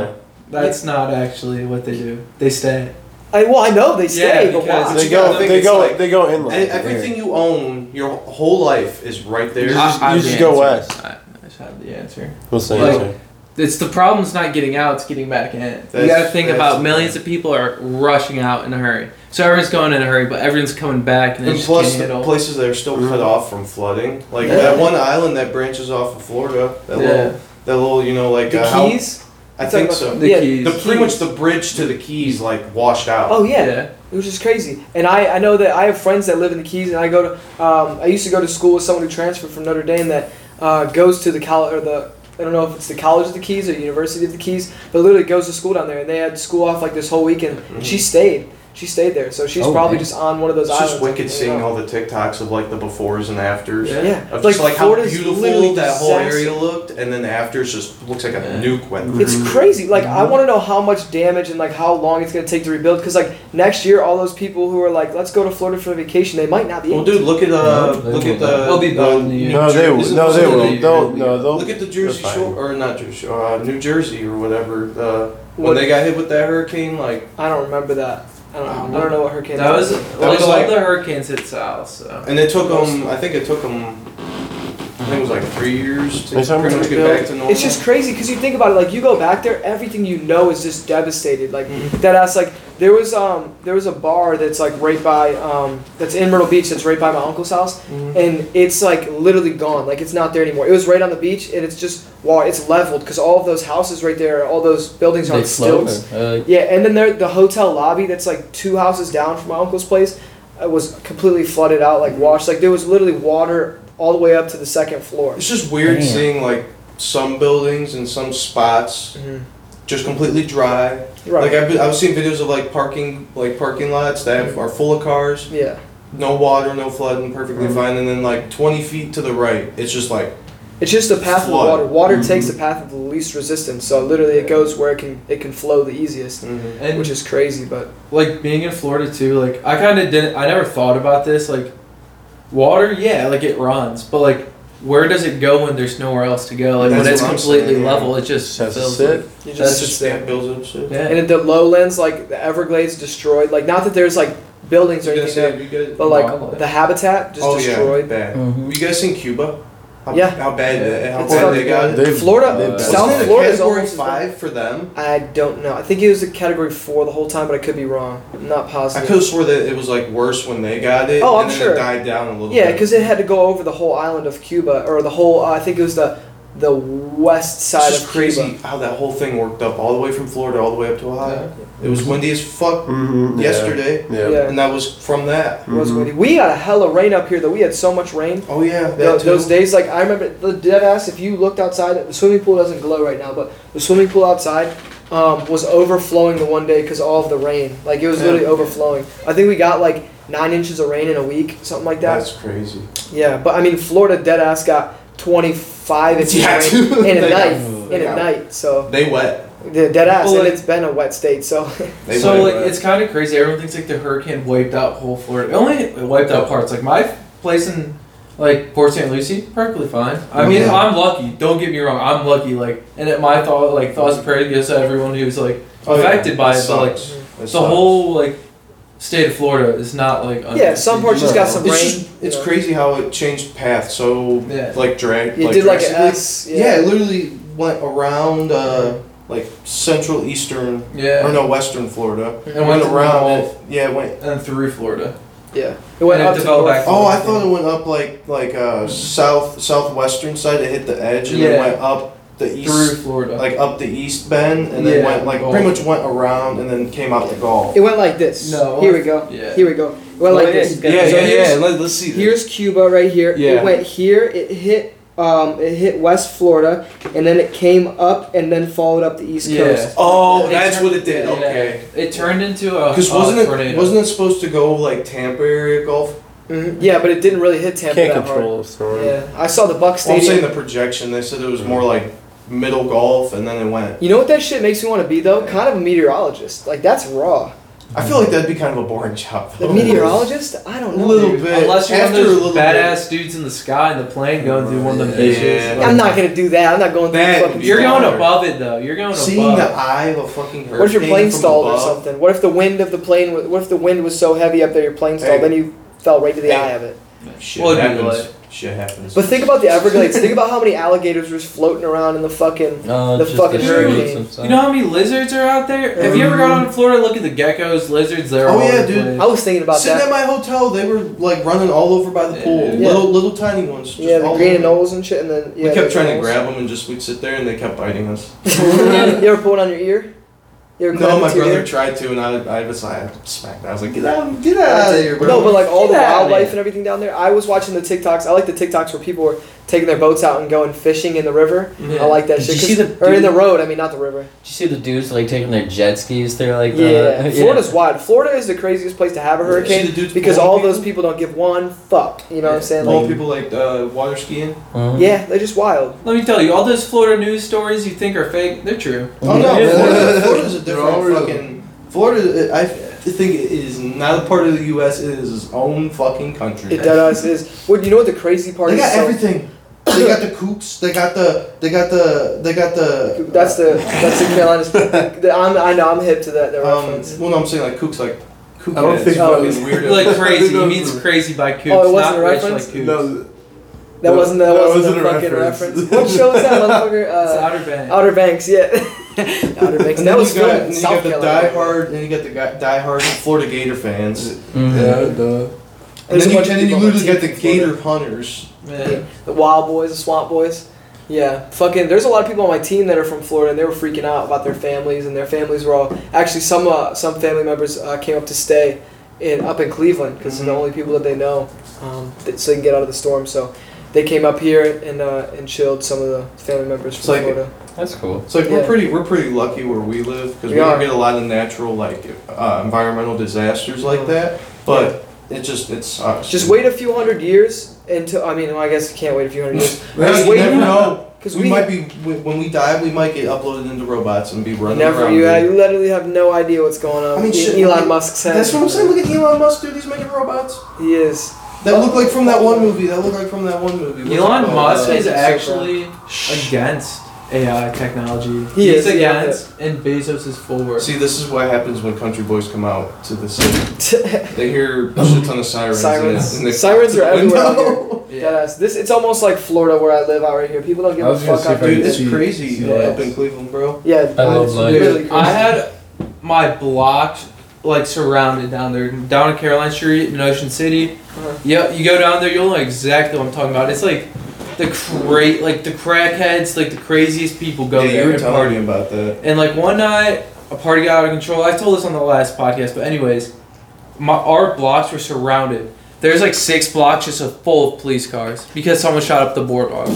there.
That's not actually what they do. They stay.
I well, I know they stay,
Yeah,
but
because
why?
They
you gotta
go.
think
They
it's
go.
like-
They go inland.
e- everything you own, your whole life is right there.
You
I-
just,
I
you
have
just
the
go
answer.
west.
I, I just have the answer.
We'll say
Like-
answer.
It's the problem's not getting out; it's getting back in. you
That's-
gotta think
that's-
about millions of people are rushing out in a hurry. So everyone's going in a hurry, but everyone's coming back, and, they
And
just
plus,
can't
the
handle.
places that are still cut
Mhm.
off from flooding, like
Yeah.
that one island that branches off of Florida, that
Yeah.
little, that little, you know, like
The
uh, how-
keys?
I think
Talking about
so.
The
Yeah,
keys.
The pretty much the bridge to the Keys, like washed out.
Oh yeah. It was just crazy. And I, I know that I have friends that live in the Keys, and I go to, um, I used to go to school with someone who transferred from Notre Dame that uh, goes to the college, or the, I don't know if it's the College of the Keys or University of the Keys, but literally goes to school down there, and they had school off like this whole weekend, and she stayed. She stayed there, so she's
Oh,
probably
nice.
just on one of those
Mm-hmm. It's
islands.
just wicked
you
seeing
know.
all the TikToks of like the befores and afters.
Yeah.
Yeah,
Of just like, how
Florida's
beautiful
literally
that whole
disaster.
area looked, and then after it's just looks like a
Yeah.
nuke went.
Mhm.
through.
It's crazy. Like I
Mm-hmm.
want to know how much damage and like how long it's gonna take to rebuild. Cause like next year, all those people who are like, let's go to Florida for vacation, they might not be.
Well,
able to.
dude, look at uh,
No, they
look at
won't.
the.
They'll be
the
done.
New
No, they
Jer-
will.
isn't
No,
it
they
Florida?
will. They'll. No, they'll.
Look at the Jersey
They're fine.
Shore, or not Jersey Shore, uh, New Jersey or whatever. Uh, when
What-
they got hit with that hurricane, like
I don't remember that. I don't. I don't know what hurricane.
That was like
was
all
like-
the hurricanes hit south. So
And it took them. I think it took them. I think it was like three years to
They sound
pretty much
pretty
get back to normal.
It's just crazy because you think about it. Like you go back there, everything you know is just devastated. Like
Mm-hmm.
Mhm.
that ass. Like there was um there was a bar that's like right by um that's in Myrtle Beach that's right by my uncle's house,
Mm-hmm.
and it's like literally gone. Like it's not there anymore. It was right on the beach, and it's just wow, it's leveled because all of those houses right there, all those buildings are
They
on
float.
stilts.
Uh,
Yeah, and then there the hotel lobby that's like two houses down from my uncle's place uh, was completely flooded out,
Mm-hmm.
like washed. Like there was literally water all the way up to the second floor.
It's just weird
Damn.
seeing like some buildings and some spots
Mm-hmm.
just completely dry.
Right.
Like I've, been, I've seen videos of like parking like parking lots that
Mm-hmm.
have, are full of cars,
yeah.
no water, no flooding, perfectly
Mm-hmm.
Mhm.
fine. And then like twenty feet to the right, it's just like
It's just the path
Flood. Mm-hmm.
of water. Water takes the path of the least resistance, so literally it goes where it can it can flow the easiest,
and
which is crazy. But
like being in Florida too, like I kind of didn't, I never thought about this. Like, water, yeah, like it runs, but like, where does it go when there's nowhere else to go? Like, when
That's
it's
what I'm
completely
saying, yeah.
level, it just
Just has to
fills
sit.
with-
you just
That's
that's
sits
just
there.
that builds up shit.
Yeah.
And in the lowlands, like the Everglades, destroyed. Like not that there's like buildings or
You guys
anything, there,
say- you guys-
but like
Wildlife.
the habitat just
oh yeah,
destroyed.
bad.
Mhm.
You guys seen Cuba? How,
Yeah.
How bad?
Yeah.
How
It's
bad
fucking
they got?
bad. uh, Florida-
they've-
South
Wasn't it a
Florida's
category
almost-
five for them.
I don't know. I think it was a category four the whole time, but I could be wrong. I'm not
I
positive.
could have swore that it was like worse when they got it.
Oh, I'm
and then
sure.
It died down a little.
Yeah,
bit.
because it had to go over the whole island of Cuba or the whole. Uh, I think it was the the west side
it's just
of
crazy
Cuba.
how that whole thing worked up all the way from Florida all the way up to Ohio. It was windy as fuck
Mhm, yeah.
Mm-hmm. yesterday,
Yeah.
Yeah.
and that was from that.
It was
Mhm.
windy. We got a hell of rain up here though. We had so much rain.
Oh yeah, that
Tho-
too.
those days, like I remember the dead ass. If you looked outside, the swimming pool doesn't glow right now, but the swimming pool outside um, was overflowing the one day because all of the rain. Like it was
Yeah.
literally overflowing. I think we got like nine inches of rain in a week, something like that.
That's crazy.
yeah, but I mean, Florida dead ass got twenty five inches
Yeah,
of
dude.
rain in a
They got-
night. In
they
a
got-
night, so
They wet.
the dead ass,
Well,
and
like-
it's been a wet state. So
They
so
wet.
like, it's kind of crazy. Everyone thinks like the hurricane wiped out whole Florida. It only it wiped out parts. Like my place in like Port St. Lucie, perfectly fine. I mean,
Yeah.
I'm lucky. Don't get me wrong. I'm lucky. Like, and at my thought, like thoughts and prayers goes to everyone who's like
Oh, yeah.
affected by it.
It
But like,
sucks. It
the
sucks.
whole like state of Florida is not like under-
yeah, some parts just got
No.
some
It's
rain.
just it's
you know.
crazy how it changed path so
Yeah.
like drag.
It did like an
drastically.
S.
Yeah, it literally went around uh, like central eastern
yeah.
or no western Florida.
And
went
went
around.
around
yeah, it went.
and through Florida.
Yeah, it went
And it
up to
developed
north.
back
Oh, I thought it went up like like uh, south southwestern side. It hit the edge and then
Yeah.
went up the
through
east,
Florida.
like up the east bend, and then
Yeah,
went like
Oh.
Gulf.
pretty much went around and then came out the Gulf.
It went like this.
No.
Here we go.
Yeah.
Here we go. It went like this.
Yeah,
So here's-
Let, us see.
Here's Cuba right here.
Yeah.
It went here. It hit Um, it hit West Florida, and then it came up and then followed up the East
Yeah.
Coast.
Oh,
It
that's
turned-
what it did.
yeah.
Okay.
It turned into a
Because
uh,
wasn't it
tornado.
wasn't it supposed to go like Tampa area Gulf?
Mhm. Yeah, but it didn't really hit Tampa
Can't
that hard.
control a storm.
Yeah, I saw the Buck
Well, I'm
Stadium.
saying the projection. They said it was more like middle Gulf, and then it went.
you know what that shit makes me want to be though? Kind of a meteorologist. Like that's raw.
I feel like that'd be kind of a boring job.
The
though.
meteorologist? I
A
don't know.
Oh. little
dude.
bit.
Unless you're
After a
one of
little
those
bit.
badass dudes in the sky in the plane going through one of them
Yeah.
bitches.
Yeah.
Like,
I'm not gonna do that. I'm not going through
That
the
would
fucking.
be
You're going
Smaller.
above it though. You're going
Seeing the
above.
eye of a fucking hurricane.
What if your plane
from
stalled or
above?
something? What if the wind of the plane? wa- What if the wind was so heavy up there your plane stalled?
Hey.
Then you fell right to the
Hey.
eye of it.
Shit
Well, it'd be
happens.
lit.
Shit happens.
But think about the Everglades. think about how many alligators were just floating around in the fucking.
No,
The
it's just
fucking
the
hurricane.
streets and stuff.
You know how many lizards are out there? Have you ever gone
Um,
out to Florida? Look at the geckos, lizards. They're
Oh,
all
yeah,
over the
dude.
place.
I was thinking about
Sitting
that.
at my hotel, they were like running all over by the pool.
Yeah.
Little little tiny ones. Just
Yeah, the
all
green
over.
anoles and shit, and then yeah.
we kept
the
trying to
anoles.
grab them and just we'd sit there and they kept biting us.
you ever pull it on your ear? You ever
No,
grab it
my
to your
brother
ear?
tried to, and I, I was like, I smacked. I was like, get out, get out of here, bro.
No, but like all the
Get outta
wildlife
here.
and everything down there. I was watching the TikToks. I like the TikToks where people were taking their boats out and going fishing in the river.
Yeah.
I like that
Did
shit.
you
'cause-
see the
or in
dude-
the road. I mean, not the river.
Did you see the dudes like taking their jet skis through like uh, the
Yeah, Florida's wild. Florida is the craziest place to have a hurricane
See the dudes
because
blowing
all
people?
those people don't give one fuck. You know what I'm saying?
All
Like,
people like uh, water skiing.
Mhm.
yeah, they're just wild.
Let me tell you, all those Florida news stories you think are fake, they're true.
Oh no,
Yeah.
Florida, Florida's a
They're all real.
different fucking. Florida, I think it is not a part of the U.S. It is its own fucking country.
It dead ass is. Well, you know what the crazy part
They
is?
got
So-
everything. They got the coops. They got the. They got the. They got the.
That's the that's the Carolinas. the, I'm, I know I'm hip to that the
Um,
reference.
well, no, I'm saying like kooks, like kook
I don't
heads,
think
that
fucking
was-
weirdo.
Like crazy.
No,
He means
no.
crazy by coops,
Oh, it wasn't
not
a
rich like
reference?
coops.
No,
that wasn't that,
that
wasn't,
wasn't
a
a
fucking reference.
reference.
what show was that motherfucker?
It's
Uh,
Outer Banks.
Outer Banks. Yeah, Outer
And
Banks. That
then
was
you got,
filmed in
and you
South
got the
Carolina.
die hard, and you got the guy, die hard Florida Gator fans, and
Mhm.
yeah, duh.
Mm-hmm. There's
then
a
you,
bunch of
and then you
people on
literally
team
got the
from Florida.
Gator hunters.
Yeah.
the Wild Boys, the Swamp Boys. Yeah, fucking. There's a lot of people on my team that are from Florida, and they were freaking out about their families, and their families were all actually some uh, some family members uh, came up to stay in up in Cleveland because they're
Mm-hmm.
the only people that they know, um, that, so they can get out of the storm. So they came up here and uh, and chilled some of the family members from
It's like-
Florida.
That's cool.
It's like
Yeah.
we're pretty, we're pretty lucky where we live because we,
We
don't
are.
get a lot of natural like uh, environmental disasters like that. But it just it's uh, us.
Just wait a few hundred years until I mean, well, I guess you can't wait a few hundred years
Hey,
Just
you
wait
never
a-
know.
because
we, might be when when we die, we might get uploaded into robots and be running
never
around.
you, uh,
dude.
you literally have no idea what's going on.
I mean, shit,
Elon
look at-
Musk's head.
That's what I'm saying. Look at Elon Musk, dude. He's making robots
He is.
that look like from that one movie. That look like from that one movie. What's it
Elon
called?
Musk
Uh,
is
Oh, so
actually against AI technology.
He
He's
is, yeah.
against, and Bezos is for.
See, this is what happens when country boys come out to the city. They hear shit ton of sirens.
Sirens.
And they, and they
Sirens are everywhere out
Window.
Yeah.
Deadass. This it's almost like Florida where I live out right here. People don't give
I
a
was gonna
fuck
say
out
if I
Dude,
here.
could-
it's crazy
Yeah.
up in Cleveland, bro.
Yeah,
I love
it's
life.
really
Dude,
crazy.
I had my block like surrounded down there, down on Caroline Street in Ocean City.
Uh-huh.
Yeah, you go down there, you'll know exactly what I'm talking about. It's like the cra- like the crackheads, like the craziest people go
yeah,
there
you were
and
telling
party.
me about that.
And like one night, a party got out of control. I told this on the last podcast, but anyways, my our blocks were surrounded. There's like six blocks just of- full of police cars because someone shot up the boardwalk.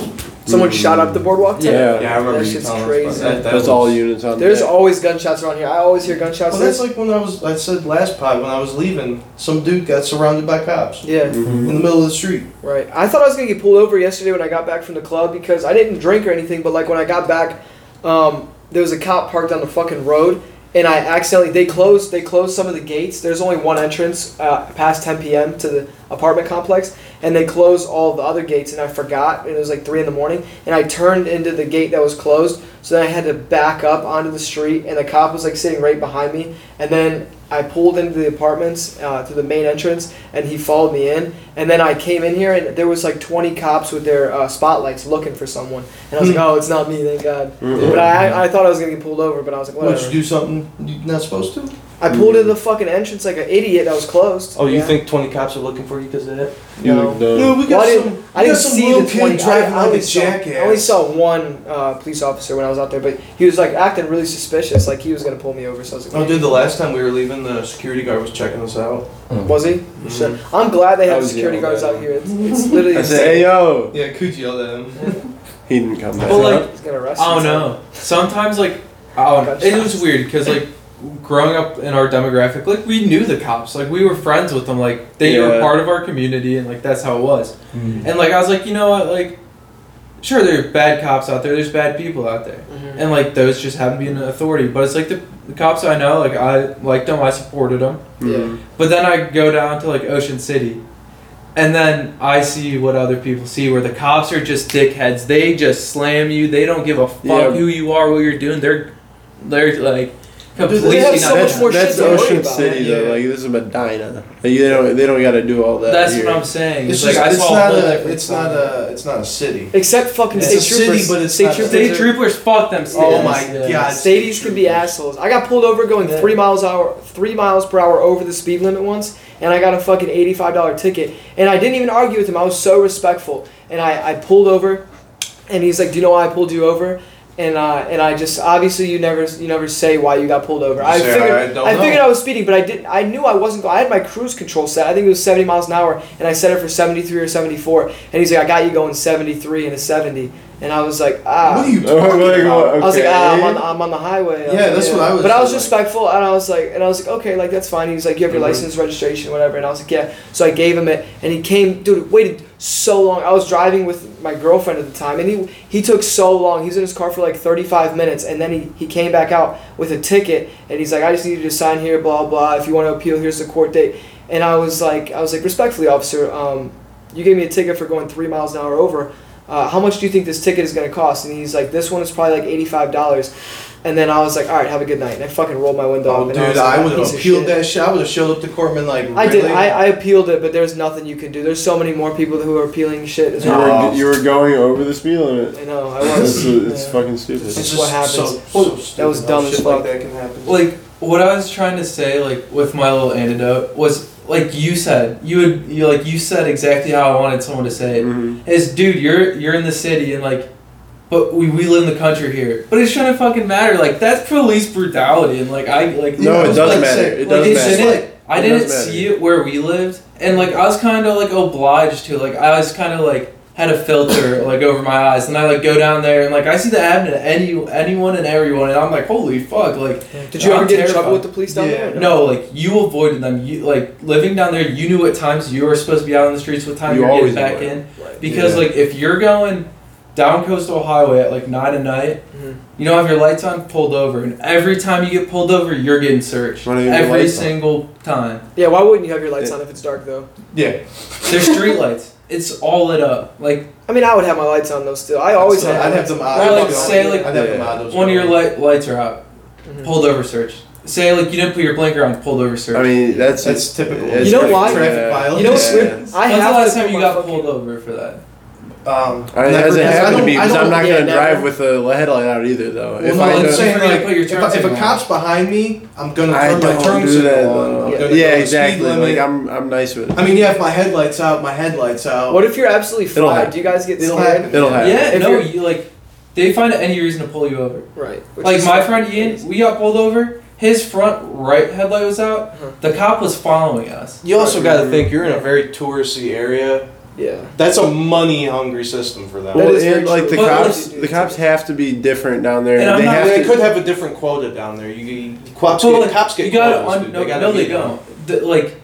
Someone
Mm.
shot up the boardwalk.
Yeah.
Yeah,
Yeah, I remember
That
you
shit's
telling us
crazy.
about that. that
that's
was,
all units on
There's
deck.
always gunshots around here. I always hear gunshots.
Well, that's like when I was. I said last pod when I was leaving, some dude got surrounded by cops
yeah,
Mhm.
in the middle of the street.
right. I thought I was gonna get pulled over yesterday when I got back from the club because I didn't drink or anything. But like when I got back, um, there was a cop parked on the fucking road, and I accidentally they closed they closed some of the gates. There's only one entrance uh, past 10 p.m. to the apartment complex, and they closed all the other gates. And I forgot, and it was like three in the morning, and I turned into the gate that was closed. So then I had to back up onto the street, and the cop was like sitting right behind me. And then I pulled into the apartments uh, to the main entrance, and he followed me in. And then I came in here, and there was like 20 cops with their uh, spotlights looking for someone. And I was like, "Oh, it's not me, thank God."
Mhm.
But I, I thought I was gonna get pulled over, but I was like,
What,
"Whatever."
you do something you're not supposed to?
I pulled in the fucking entrance like an idiot. I was closed.
Oh, you
Yeah.
think 20 cops are looking for you because of that?
You
No.
like, no.
we
Well, I didn't, I didn't see the 20. I, I, only saw,
jackass.
I only saw one uh, police officer when I was out there, but he was like acting really suspicious, like he was gonna pull me over. So I was like,
Oh, dude, the last time we were leaving, the security guard was checking us out.
Mm-hmm.
was he?
Mm-hmm.
Shit. I'm glad they
I
have
was
security
yelling
guards
at
out
him.
here. It's, it's literally.
I said, hey, yo.
Yeah, Cooch yelled at him.
He didn't come back.
Well, like,
he's gonna arrest.
Oh
you.
no. Sometimes like oh, it was weird because like growing up in our demographic, like we knew the cops, like we were friends with them, like they were
Yeah.
part of our community, and like that's how it was.
Hmm.
And like I was like, you know what, like sure there are bad cops out there, there's bad people out there,
Mhm.
and like those just happen to be an authority. But it's like the, the cops I know, like I liked them, I supported them.
Mhm.
But then I go down to like Ocean City, and then I see what other people see, where the cops are just dickheads. They just slam you. They don't give a fuck
Yeah.
who you are, what you're doing. They're they're like
they
completely
have
not.
so much
that's
more shit
that's
to worry
Ocean
about.
City
Yeah.
though. Like this is Medina. Like, they don't they don't got to do all that.
that's
here.
what I'm saying.
It's
It's, like
just,
I
it's
saw a
not
whole
a,
different
it's not a, it's not a city.
Except fucking
It's
state
a city,
troopers.
but it's
state
not-
troopers.
State
are-
troopers fuck them.
Oh
Yeah.
my god.
Stadies can be assholes. I got pulled over going
Yeah.
three miles hour, three miles per hour over the speed limit once, and I got a fucking eighty-five dollar ticket. And I didn't even argue with him. I was so respectful, and I, I pulled over, and he's like, "Do you know why I pulled you over?" And uh, and I just obviously you never you never say why you got pulled over. I
Say,
figured
"I don't
figured
know."
I was speeding, but I didn't. I knew I wasn't. go- I had my cruise control set. I think it was seventy miles an hour, and I set it for seventy-three or seventy-four. And he's like, "I got you going seventy-three and a 70. And I was like, "Ah."
What are you
Oh,
talking
like,
about?
what-
I was like,
okay.
ah, I'm on, the, I'm on the highway.
Yeah, that's what I was
But I was
like-
respectful, and I was like, and I was like, okay, like that's fine. He was like, you have your
Mhm.
Mm-hmm.
license, registration, whatever. And I was like, yeah. So I gave him it, and he came, dude. it Waited so long. I was driving with my girlfriend at the time, and he he took so long. He was in his car for like 35 minutes, and then he he came back out with a ticket, and he's like, I just need you to sign here, blah blah. If you want to appeal, here's the court date. And I was like, I was like, respectfully, officer, um, you gave me a ticket for going three miles an hour over. Uh, how much do you think this ticket is going to cost? And he's like, this one is probably like eighty-five dollars. And then I was like, all right, have a good night. And I fucking rolled my window
Oh,
up.
dude,
And I, was like,
I would
piece
have
of
appealed
shit.
that shit. I would have showed up to court and been like,
I did.
"Really?"
I, I appealed it, but there's nothing you can do. There's so many more people who are appealing shit as
You
well.
No.
were, you were going over the speed limit.
I know. I
It's,
was.
it's
Yeah.
fucking stupid.
It's
That's
just
what happens.
So,
Well,
so
that
stupid
was
how
dumb as
shit like
fuck.
that can happen.
like what I was trying to say, like with my little antidote was like you said, you would you like you said exactly how I wanted someone to say it.
Mhm.
is dude, you're you're in the city and like, but we, we live in the country here. But it shouldn't fucking matter. Like that's police brutality and like I like
No, it
it's
doesn't
like
matter.
sick.
It
like,
doesn't
it's just
matter.
like, I
It
didn't
doesn't matter.
see it where we lived and like I was kind of like obliged to like I was kind of like had a filter like over my eyes and I like go down there and like I see the admin any anyone and everyone and I'm like holy fuck like
Did you
I'm
ever get in
terrified.
trouble with the police down
Yeah.
there?
no like you avoided them you like living down there you knew what times you were supposed to be out on the streets what time
You
you are
always
getting back
avoid.
in because
Yeah.
like if you're going down Coastal Highway at like nine at night,
Mhm.
you don't have your lights on, pulled over, and every time you get pulled over, you're getting searched.
Why don't you have your
Every
lights on?
single time.
Yeah. Why wouldn't you have your lights on if it's dark though?
yeah,
There's street lights. It's all lit up. Like
I mean, I would have my lights on though. Still, I always
So
have. my
I'd have
lights
them
on.
odd.
Or, like,
those-
say, like,
I'd have them
Yeah.
odd. those
one of your
girls.
light lights are out,
Mhm.
pulled over search. Say like you didn't put your blinker on, pulled over search.
I mean, that's
That's typical.
it's
You know
pretty-
why?
Traffic violence.
You know what's
Yeah.
weird? I
When's the
have
last
to
time
put
you
my
got
fucking-
pulled over for that?
Um,
I, it
never-
hasn't
I
happened to
don't-
me
I
because
don't-
I'm not
yeah,
going to
never.
drive with the headlight out either, though.
Well,
if
no,
I
I'm
don't,
saying
Don't
like
put your
if,
turn
I, if a
signal
cop's behind me, I'm gonna
I
turn my
don't
turn
do that.
signal on. I'm
though.
gonna go
yeah,
speed
exactly.
limit.
Like I'm, I'm nice with it.
I mean, yeah, if my headlights out, my headlights out.
What if you're absolutely
It'll
fly?
happen.
Do you guys get
It'll
scared?
happen.
It'll happen.
Yeah,
If
no,
you're-
you like they find any reason to pull you over.
Right. which
like
is
my
fucking
friend
crazy.
Ian, we got pulled over. His front right headlight was out.
Uh-huh.
The cop was following us.
You also got to think you're in a very touristy area.
Yeah.
That's a money hungry system for them.
That
Well,
is very
and, like the
true.
But,
cops,
like,
the cops have to be different down there.
And I'm
they
not-
have
they
to.
could have a different quota down there. You, you cops,
But,
get,
like,
cops get
you gotta
quotas,
un-
dude.
no,
gotta
no, they
meet them.
don't. The- like,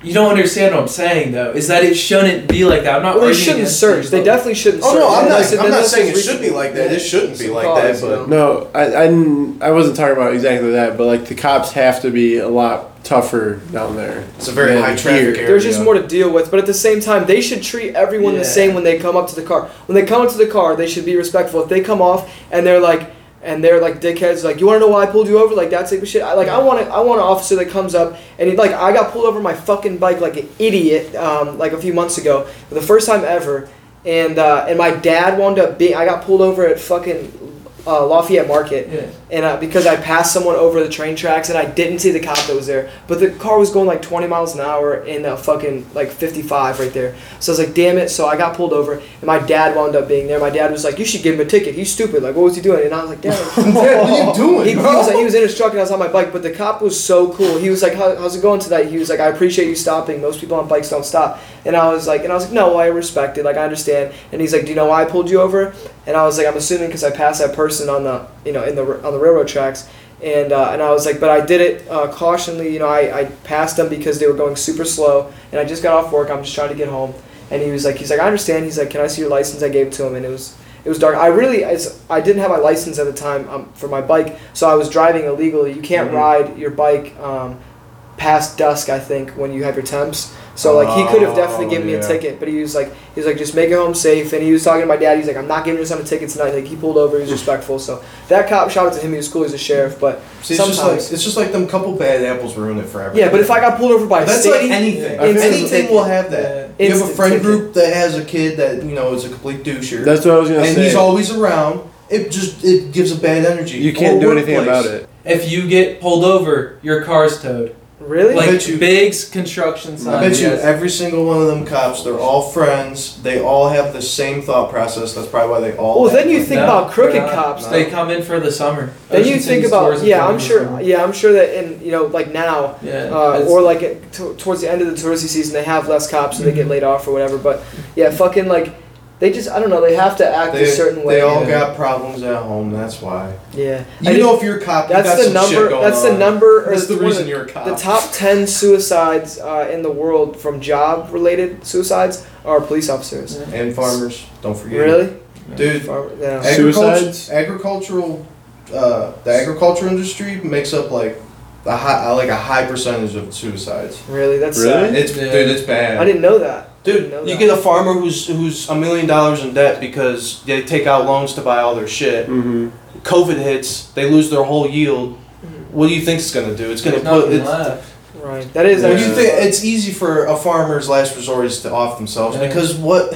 you don't understand what I'm saying though. Is that it shouldn't be like that? I'm not.
Well, they
arguing
shouldn't
against
search.
you,
They
but-
definitely shouldn't
Oh
search.
no, I'm not.
Then that's-
I'm
then
not
that's
saying it
just
should be like that. It shouldn't be
Some
like
cars,
that.
you know.
But
No, I, I, didn't- I wasn't talking about exactly that, but like the cops have to be a lot tougher down there.
it's a very
than
high traffic
here.
area.
There's just more to deal with, but at the same time, they should treat everyone the
Yeah.
same when they come up to the car. When they come up to the car, they should be respectful. If they come off and they're like, and they're like dickheads, like you want to know why I pulled you over, like that type of shit. I like I want to, I want an officer that comes up and he, like I got pulled over my fucking bike like an idiot, um, like a few months ago, for the first time ever, and uh, and my dad wound up being, I got pulled over at fucking uh, Lafayette Market.
Yeah.
and I, because I passed someone over the train tracks and I didn't see the cop that was there, but the car was going like 20 miles an hour in a fucking like 55 right there. So I was like, damn it. So I got pulled over, and my dad wound up being there. My dad was like, you should give him a ticket. He's stupid. Like, what was he doing? And I was like, damn.
Dad, what are you doing,
He, he
bro?
was like, he was in his truck and I was on my bike, but the cop was so cool. He was like, How, "How's it going tonight?" He was like, "I appreciate you stopping. Most people on bikes don't stop." And I was like, "And I was like, no, I respect it. Like, I understand." And he's like, "Do you know why I pulled you over?" And I was like, "I'm assuming because I passed that person on the, you know, in the r- on the railroad tracks." And uh, and I was like, "But I did it uh, cautionally. You know, I, I passed them because they were going super slow, and I just got off work. I'm just trying to get home." And he was like, "He's like, I understand." He's like, "Can I see your license?" I gave it to him, and it was it was dark. I really, it's, I didn't have my license at the time um, for my bike, so I was driving illegally. You can't
Mhm.
ride your bike um, past dusk, I think, when you have your temps. So like he could have definitely
Oh,
given me a
yeah.
ticket, but he was like, he was like, just make it home safe. And he was talking to my dad. He's like, I'm not giving your son a ticket tonight. Like he pulled over, he was respectful. So that cop, shout out to him. He was cool. He's a sheriff, but
See, it's just like
Sometimes.
it's just like them couple bad apples ruin it for everyone.
yeah. But if I got pulled over by a
that's
state,
like anything,
I feel
anything
like-
will have that.
Yeah.
you have a
Instant
friend
ticket.
group that has a kid that you know is a complete doucher,
That's what I was gonna
and
say.
he's always around. It just it gives a bad energy.
you can't
Or
do anything
workplace.
about it.
If you get pulled over, your car's towed.
really?
Like
bet you-
big construction sign.
I bet you
yes.
every single one of them cops, they're all friends. They all have the same thought process. That's probably why they all.
well, then
act
you
like
think
No,
about crooked
they're not.
cops.
They come in for the summer.
Then
Ocean
you
City
think about
stores in
yeah,
front
I'm
of the
sure
summer.
yeah, I'm sure that in you know like now
Yeah.
uh,
it's-
or like it, t- towards the end of the touristy season, they have less cops and they get laid off or whatever. But yeah, fucking like they just I don't know. They have to act
They,
a certain
they
way.
all
yeah.
got problems at home. That's why.
yeah,
You
I
know, if you're a cop, you
that's
got
the
some
number.
Shit going
That's the
on.
number. Or
That's the
one of
reason you're a cop.
The top ten suicides uh, in the world from job-related suicides are police officers.
and farmers. Don't forget.
Really?
dude.
Farmer- yeah.
Hey. Suicides?
Agriculture, agricultural, uh, the agriculture industry makes up like a high, like a high percentage of suicides.
Really? That's
Really?
sad.
It's
Yeah.
dude, it's bad.
I didn't know that.
Dude,
know
you
that.
get a farmer who's who's a million dollars in debt because they take out loans to buy all their shit.
Mm-hmm.
COVID hits, they lose their whole yield.
Mm-hmm.
What do you think it's gonna do? It's gonna
There's
put.
nothing
It's,
left.
Right. That is.
Well,
what
actually
do you think? It's easy for a farmer's last resort is to off themselves
Yeah.
because what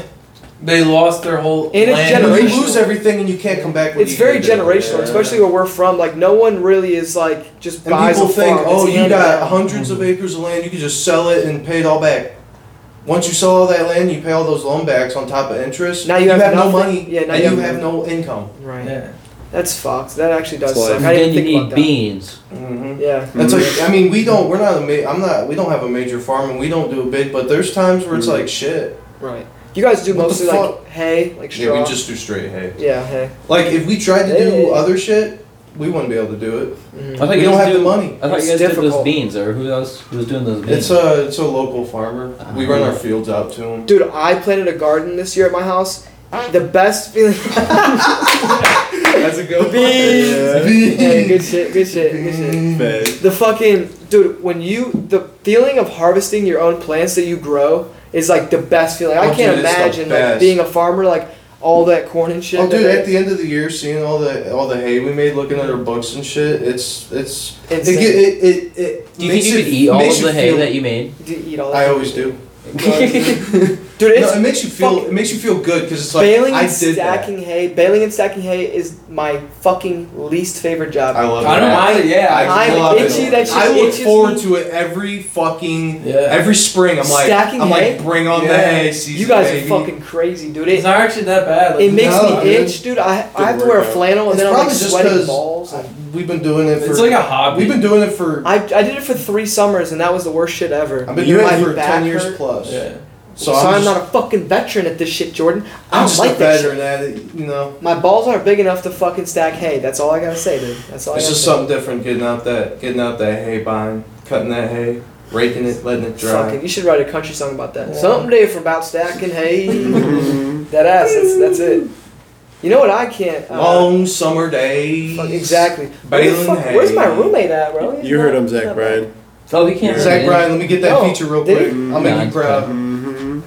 They lost their whole.
And it's
land.
you
Generational.
lose everything and you can't come back. with
It's very
either.
generational,
Yeah.
especially where we're from. Like no one really is like just
And
buys
people
a
think,
farm.
oh,
It's
you
handed
got
down.
hundreds of acres of land, you can just sell it and pay it all back. Once you sell all that land, you pay all those loan backs on top of interest.
Now you have
no
nothing.
money.
Yeah, now
and
you
you,
have
have no income.
Right.
Yeah.
That's fucked. That actually does
It's
suck.
like-
I
Then
didn't
you
think
need
about that.
beans.
Mm-hmm.
Yeah.
That's like, I mean, we don't. We're not. A ma- I'm not. We don't have a major farm, and we don't do a big. But there's times where it's
Mm-hmm.
Mhm.
like shit.
Right. You guys do
What the
mostly
fuck?
like hay, like straw.
Yeah, we just do straight hay.
Yeah, hay.
Like if we tried to
Hey.
do other shit, we wouldn't be able to do it.
Mhm.
I thought
We
you
don't
guys
have
do,
the money.
I thought
It's
you guys did
difficult.
those beans, or who else was doing
Mm-hmm.
those beans?
It's a it's a local farmer. We
Uh-huh.
run our fields out to him.
Dude, I planted a garden this year at my house. The best feeling.
That's a good
Beans.
Beans.
hey, good shit. Good shit. Good shit.
Bad.
The fucking dude, when you the feeling of harvesting your own plants that you grow is like the best feeling. I
Oh,
can't
dude, it's the
imagine like
best.
being a farmer like all that corn and shit.
Oh,
that
dude!
they-
At the end of the year, seeing all the all the hay we made, looking at our books and shit, it's it's it
Insane.
get- it it, it
do you
makes
think you
it-
could eat all
makes
of
you
the hay
feel-
that you made?
Do you eat all
I
that?
always do.
dude,
No,
it's
it makes you feel
fuck-
it makes you feel good because it's like
baling
I
and
did
stacking hay. Baling and stacking hay is my fucking least favorite
that.
job.
I love
I don't
that.
mind it. Yeah.
I
I'm
love
itchy,
It.
that shit
I look
itches
forward
me.
to it every fucking
Yeah.
every spring. I'm like
Stacking
I'm
hay?
like bring on the
Yeah.
hay season.
you guys
baby.
are fucking crazy, dude.
It's
It,
not actually that bad. Like,
it makes
No,
me
dude.
itch, dude. I, I
Good
have to wear a
workout.
flannel and
It's
then I'm like
probably just
sweating
'cause
balls. and-
We've been doing it for
It's like a hobby.
we've been doing it for
I, I did it for three summers and that was the worst shit ever.
I've been
You
doing
have
it for
your back
ten years
hurt?
plus.
Yeah.
So,
so I'm,
I'm, just,
not a fucking veteran at this shit, Jordan. I
I'm
don't
just
like
a
that shit.
veteran at it, you know.
My balls aren't big enough to fucking stack hay. That's all I gotta say, dude. That's all
It's
I gotta
just
say.
something different getting out that getting out that hay bind, cutting that hay, raking it, letting it
Fucking,
dry.
you should write a country song about that.
Yeah.
Someday for about stacking hay.
Mm-hmm.
that ass. That's, that's it. You know what I can't. uh,
Long summer days.
fuck- exactly. Where the
Baling
fuck-
hay.
Where's my roommate at, bro? He's
You heard
not-
him,
not-
Zach Bryan.
Oh, we can't.
Zach Bryan, let me get that
No,
feature real
did
quick.
he?
I'll make you
No,
proud.
Mm-hmm.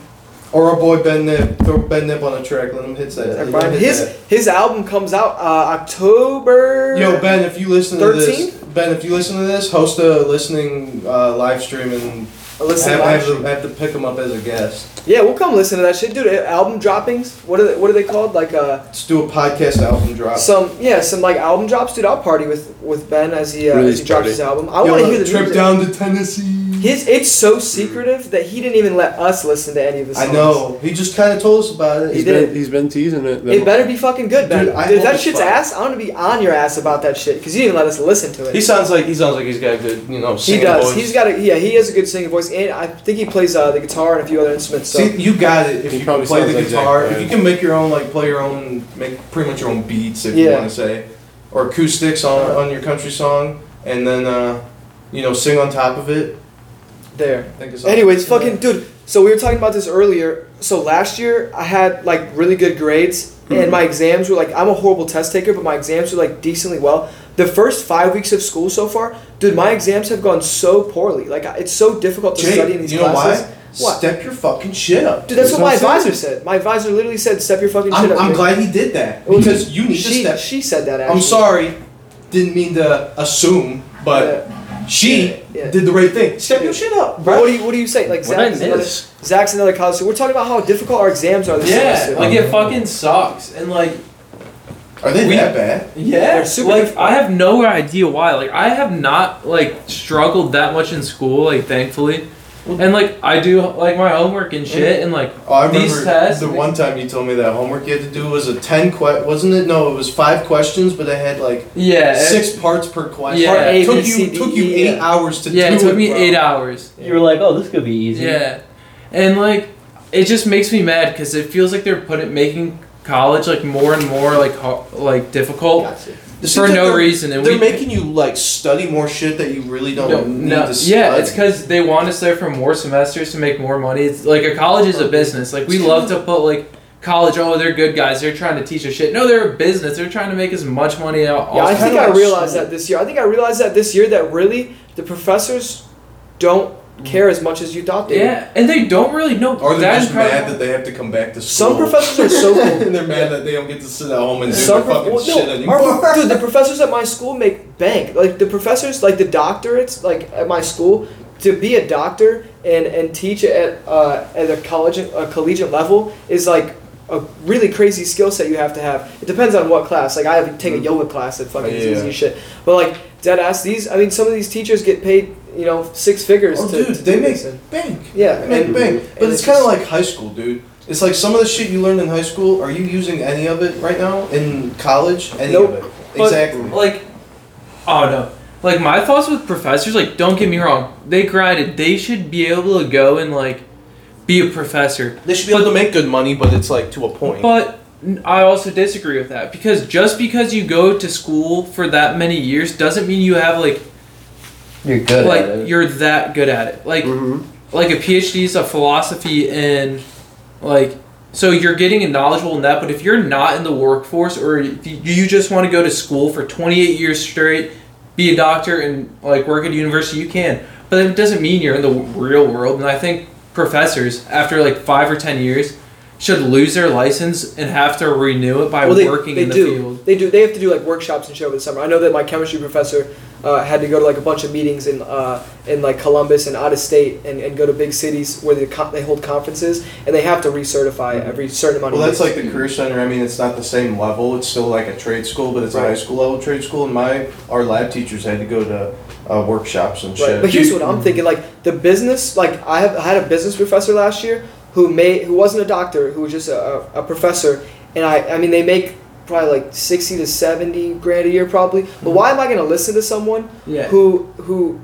Or our boy Ben Nip, throw Ben Nip on a track, let him hit that. let
Zach
him
Bryan.
hit
His
that.
his album comes out uh, October.
Yo Ben, if you listen to
13?
this, Ben, if you listen to this, host a listening uh, live stream and I
listen
have, I
live.
have to, I have to pick him up as a guest.
Yeah, we'll come listen to that shit, dude. Uh, Album droppings. What are they, what are they called? Like uh,
Let's do a podcast album drop.
some yeah, some like album drops, dude. I'll party with with Ben as he uh, as
Release
he drops
party.
his album. I want to
Yo, uh,
hear the
trip
music.
down to Tennessee.
His it's so secretive that he didn't even let us listen to any of the songs.
I know. He just kind of told us about it.
He
He's
did
been
it.
he's been teasing it.
It better be fucking good, Ben.
Dude, I
Dude, if
hope
that
it's
shit's
fun.
ass, I want to be on your ass about that shit because you didn't let us listen to it.
He sounds like he sounds like he's got a good, you know,
he
singing
does.
voice.
He's got a yeah. He has a good singing voice, and I think he plays uh, the guitar and a few other instruments. So
See, you got it if
He
you
probably
play the
sounds like Jack
guitar. if
Bryan.
you can make your own, like play your own, make pretty much your own beats, if you
Yeah. Uh-huh.
want to say, or acoustics on on your country song, and then uh, you know sing on top of it.
there.
I think it's
Anyways, fucking dude. So we were talking about this earlier. So last year I had like really good grades,
Mm-hmm.
and my exams were like I'm a horrible test taker, but my exams were like decently well. The first five weeks of school so far, dude, my exams have gone so poorly. Like I- it's so difficult to study in
Jake,
these
you know
classes.
why?
What?
Step your fucking shit up.
Dude, that's
There's
what my
no
advisor
sense.
said. My advisor literally said, "Step your fucking shit
I'm,
up."
I'm
Jake."
glad he did that
It was-
because you need
she,
to step.
she said that. Actually.
I'm sorry, didn't mean to assume, but
Yeah.
she
Yeah, yeah.
did the right thing. Step your shit up,
But
bro.
What do you What do you say? Like
What I
Zach's another,
miss?
Zach's another college student. We're talking about how difficult our exams are this
Yeah,
semester.
like it fucking sucks, and like
Are they
We-
that bad?
yeah,
They're super
like
difficult.
I have no idea why. Like I have not like struggled that much in school, like thankfully, and like I do like my homework and shit, and like
Oh, I remember
These tests-
the one time you told me that homework you had to do was a ten que- wasn't it? No, it was five questions, but it had like
yeah, it-
six parts per question.
Yeah. Part A,
took
B,
you
C, D,
took you
E,
eight
yeah.
hours to
yeah,
do
it took me
bro.
eight hours.
You were like, oh, this could be easy.
Yeah, and like it just makes me mad because it feels like they're putting making college like more and more like ho- like difficult
It seems
for
like
no
they're-
reason, and
They're
we
making you like study more shit that you really don't need
no,
to study.
yeah, it's because they want us there for more semesters to make more money. It's like a college is a business. Like we love to put like college. Oh, they're good guys. They're trying to teach us shit. No, they're a business. They're trying to make as much money out.
Yeah, I
also.
think
kinda
I
like
realized
school.
that this year. I think I realized that this year that really the professors don't
Mm.
care as much as you thought they did.
yeah, and they don't really know.
Or they're
that
just
incredible-
mad that they have to come back to school.
Some professors are so cool.
and they're mad that they don't get to sit at home and do
Some
their fucking
prof- well,
shit
no,
anymore.
our- dude, the professors at my school make bank. Like the professors, like the doctorates, like at my school, to be a doctor and and teach at uh, at a college a collegiate level is like a really crazy skill set you have to have. It depends on what class. Like I have to take a yoga class that fucking is
Mm-hmm. Yeah.
easy as shit. But like dead ass, these I mean, some of these teachers get paid you know six figures.
Oh,
to,
dude,
to
they
do
make
this and-
bank.
Yeah,
They make
and-
bank. But
and
it's
it's
kind of
just-
like high school, dude. It's like some of the shit you learned in high school. Are you using any of it right now in college? Any
Nope.
of it?
But-
Exactly.
like oh no like my thoughts with professors like don't get me wrong they grinded they should be able to go and like be a professor
They should be able to make good money, but it's like to a point.
but n- i also disagree with that because just because you go to school for that many years doesn't mean you have like
You're good at
like
it. Mm-hmm.
you're that good at it like
hmm
like a phd is a philosophy and like so you're getting a knowledgeable in that but if you're not in the workforce or if you- you just want to go to school for 28 years straight be a doctor and like work at a university you can but it doesn't mean you're in the w- real world and i think professors after like five or ten years should lose their license and have to renew it by
well, they,
working
they
in the
do.
field
They do. They have to do like workshops and shit over the summer. I know that my chemistry professor uh, had to go to like a bunch of meetings in uh, in like Columbus and out of state and, and go to big cities where they co- they hold conferences and they have to recertify
Mm-hmm.
every certain amount
well,
of
that's
years.
like the career center. I mean, it's not the same level. It's still like a trade school, but it's a high school level trade school. And my our lab teachers had to go to uh, workshops and
Right.
shit.
But here's what I'm thinking: like the business, like I have I had a business professor last year who made who wasn't a doctor, who was just a, a a professor, and I I mean they make probably like sixty to seventy grand a year probably.
Mm-hmm.
But why am I going to listen to someone
yeah
who who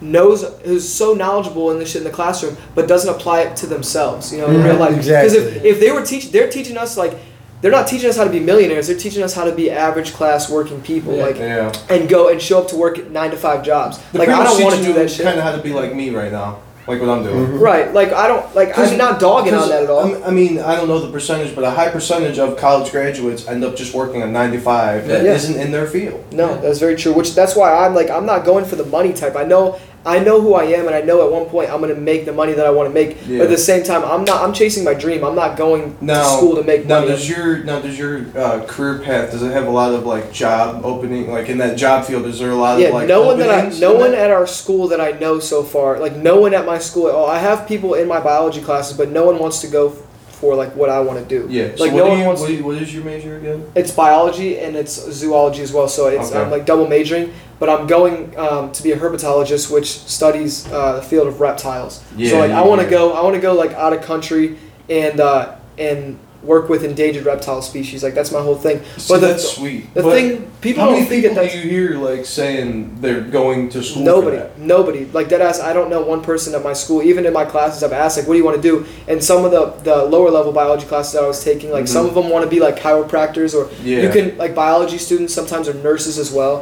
knows who's so knowledgeable in the shit in the classroom but doesn't apply it to themselves you know in
Mhm,
real life if,
exactly.
if they were teaching they're teaching us like they're not teaching us how to be millionaires they're teaching us how to be average class working people
Yeah.
like
yeah.
and go and show up to work at nine to five jobs like i don't want to do that shit
Kind of how to be like me right now, like what I'm doing.
right like i don't like i'm not dogging on
Because,
that at all
I'm- I mean, I don't know the percentage, but a high percentage of college graduates end up just working a nine to five that
Yeah.
not in their field.
No, that's very true. Which that's why I'm like I'm not going for the money type. I know I know who I am, and I know at one point I'm gonna make the money that I want to make. But
Yeah.
at the same time, I'm not. I'm chasing my dream. I'm not going to
Now,
school to make
now
money.
does your now does your uh, career path does it have a lot of like job opening like in that job field is there a lot
yeah,
of like
no one that I,
openings
no
in
one
that?
at our school that I know so far, like no one at my school at all. I have people in my biology classes, but no one wants to go f- for like what I want to do.
yeah so
like,
what,
no
do
one
you,
wants
what, do you- what is your major again
It's biology and it's zoology as well, so it's I'm
Okay.
like double majoring. But I'm going um, to be a herpetologist, which studies uh, the field of reptiles. so like I want to go, I want to go like out of country and uh, and work with endangered reptile species. Like that's my whole thing.
so
but the-
that's sweet
The
But
thing people
how many
don't think that
people
that's
do you hear like saying they're going to school
Nobody,
for that?
nobody. Like dead ass. I don't know one person at my school. Even in my classes, I've asked like, "What do you want to do?" And some of the the lower level biology classes that I was taking, like some
Mhm.
of them want to be like chiropractors, or
yeah
you can like biology students sometimes are nurses as well.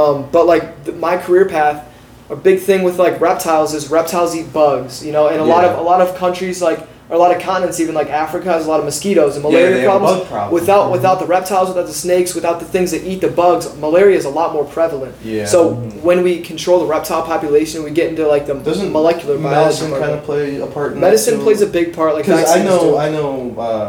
Um, but like th- my career path, a big thing with like reptiles is reptiles eat bugs, you know, and a lot of
Yeah.
a lot of countries like or a lot of continents, even like Africa has a lot of mosquitoes and
Yeah,
malaria
they have a
problems.
bug problem. Mm-hmm.
Without without the reptiles, without the snakes, without the things that eat the bugs, malaria is a lot more prevalent.
yeah Mm-hmm.
So when we control the reptile population, we get into like the
doesn't
molecular biology.
medicine
part.
kind of play a part in that
medicine
too?
plays a big part. Like
Because I
vaccines
know,
do.
I know, uh,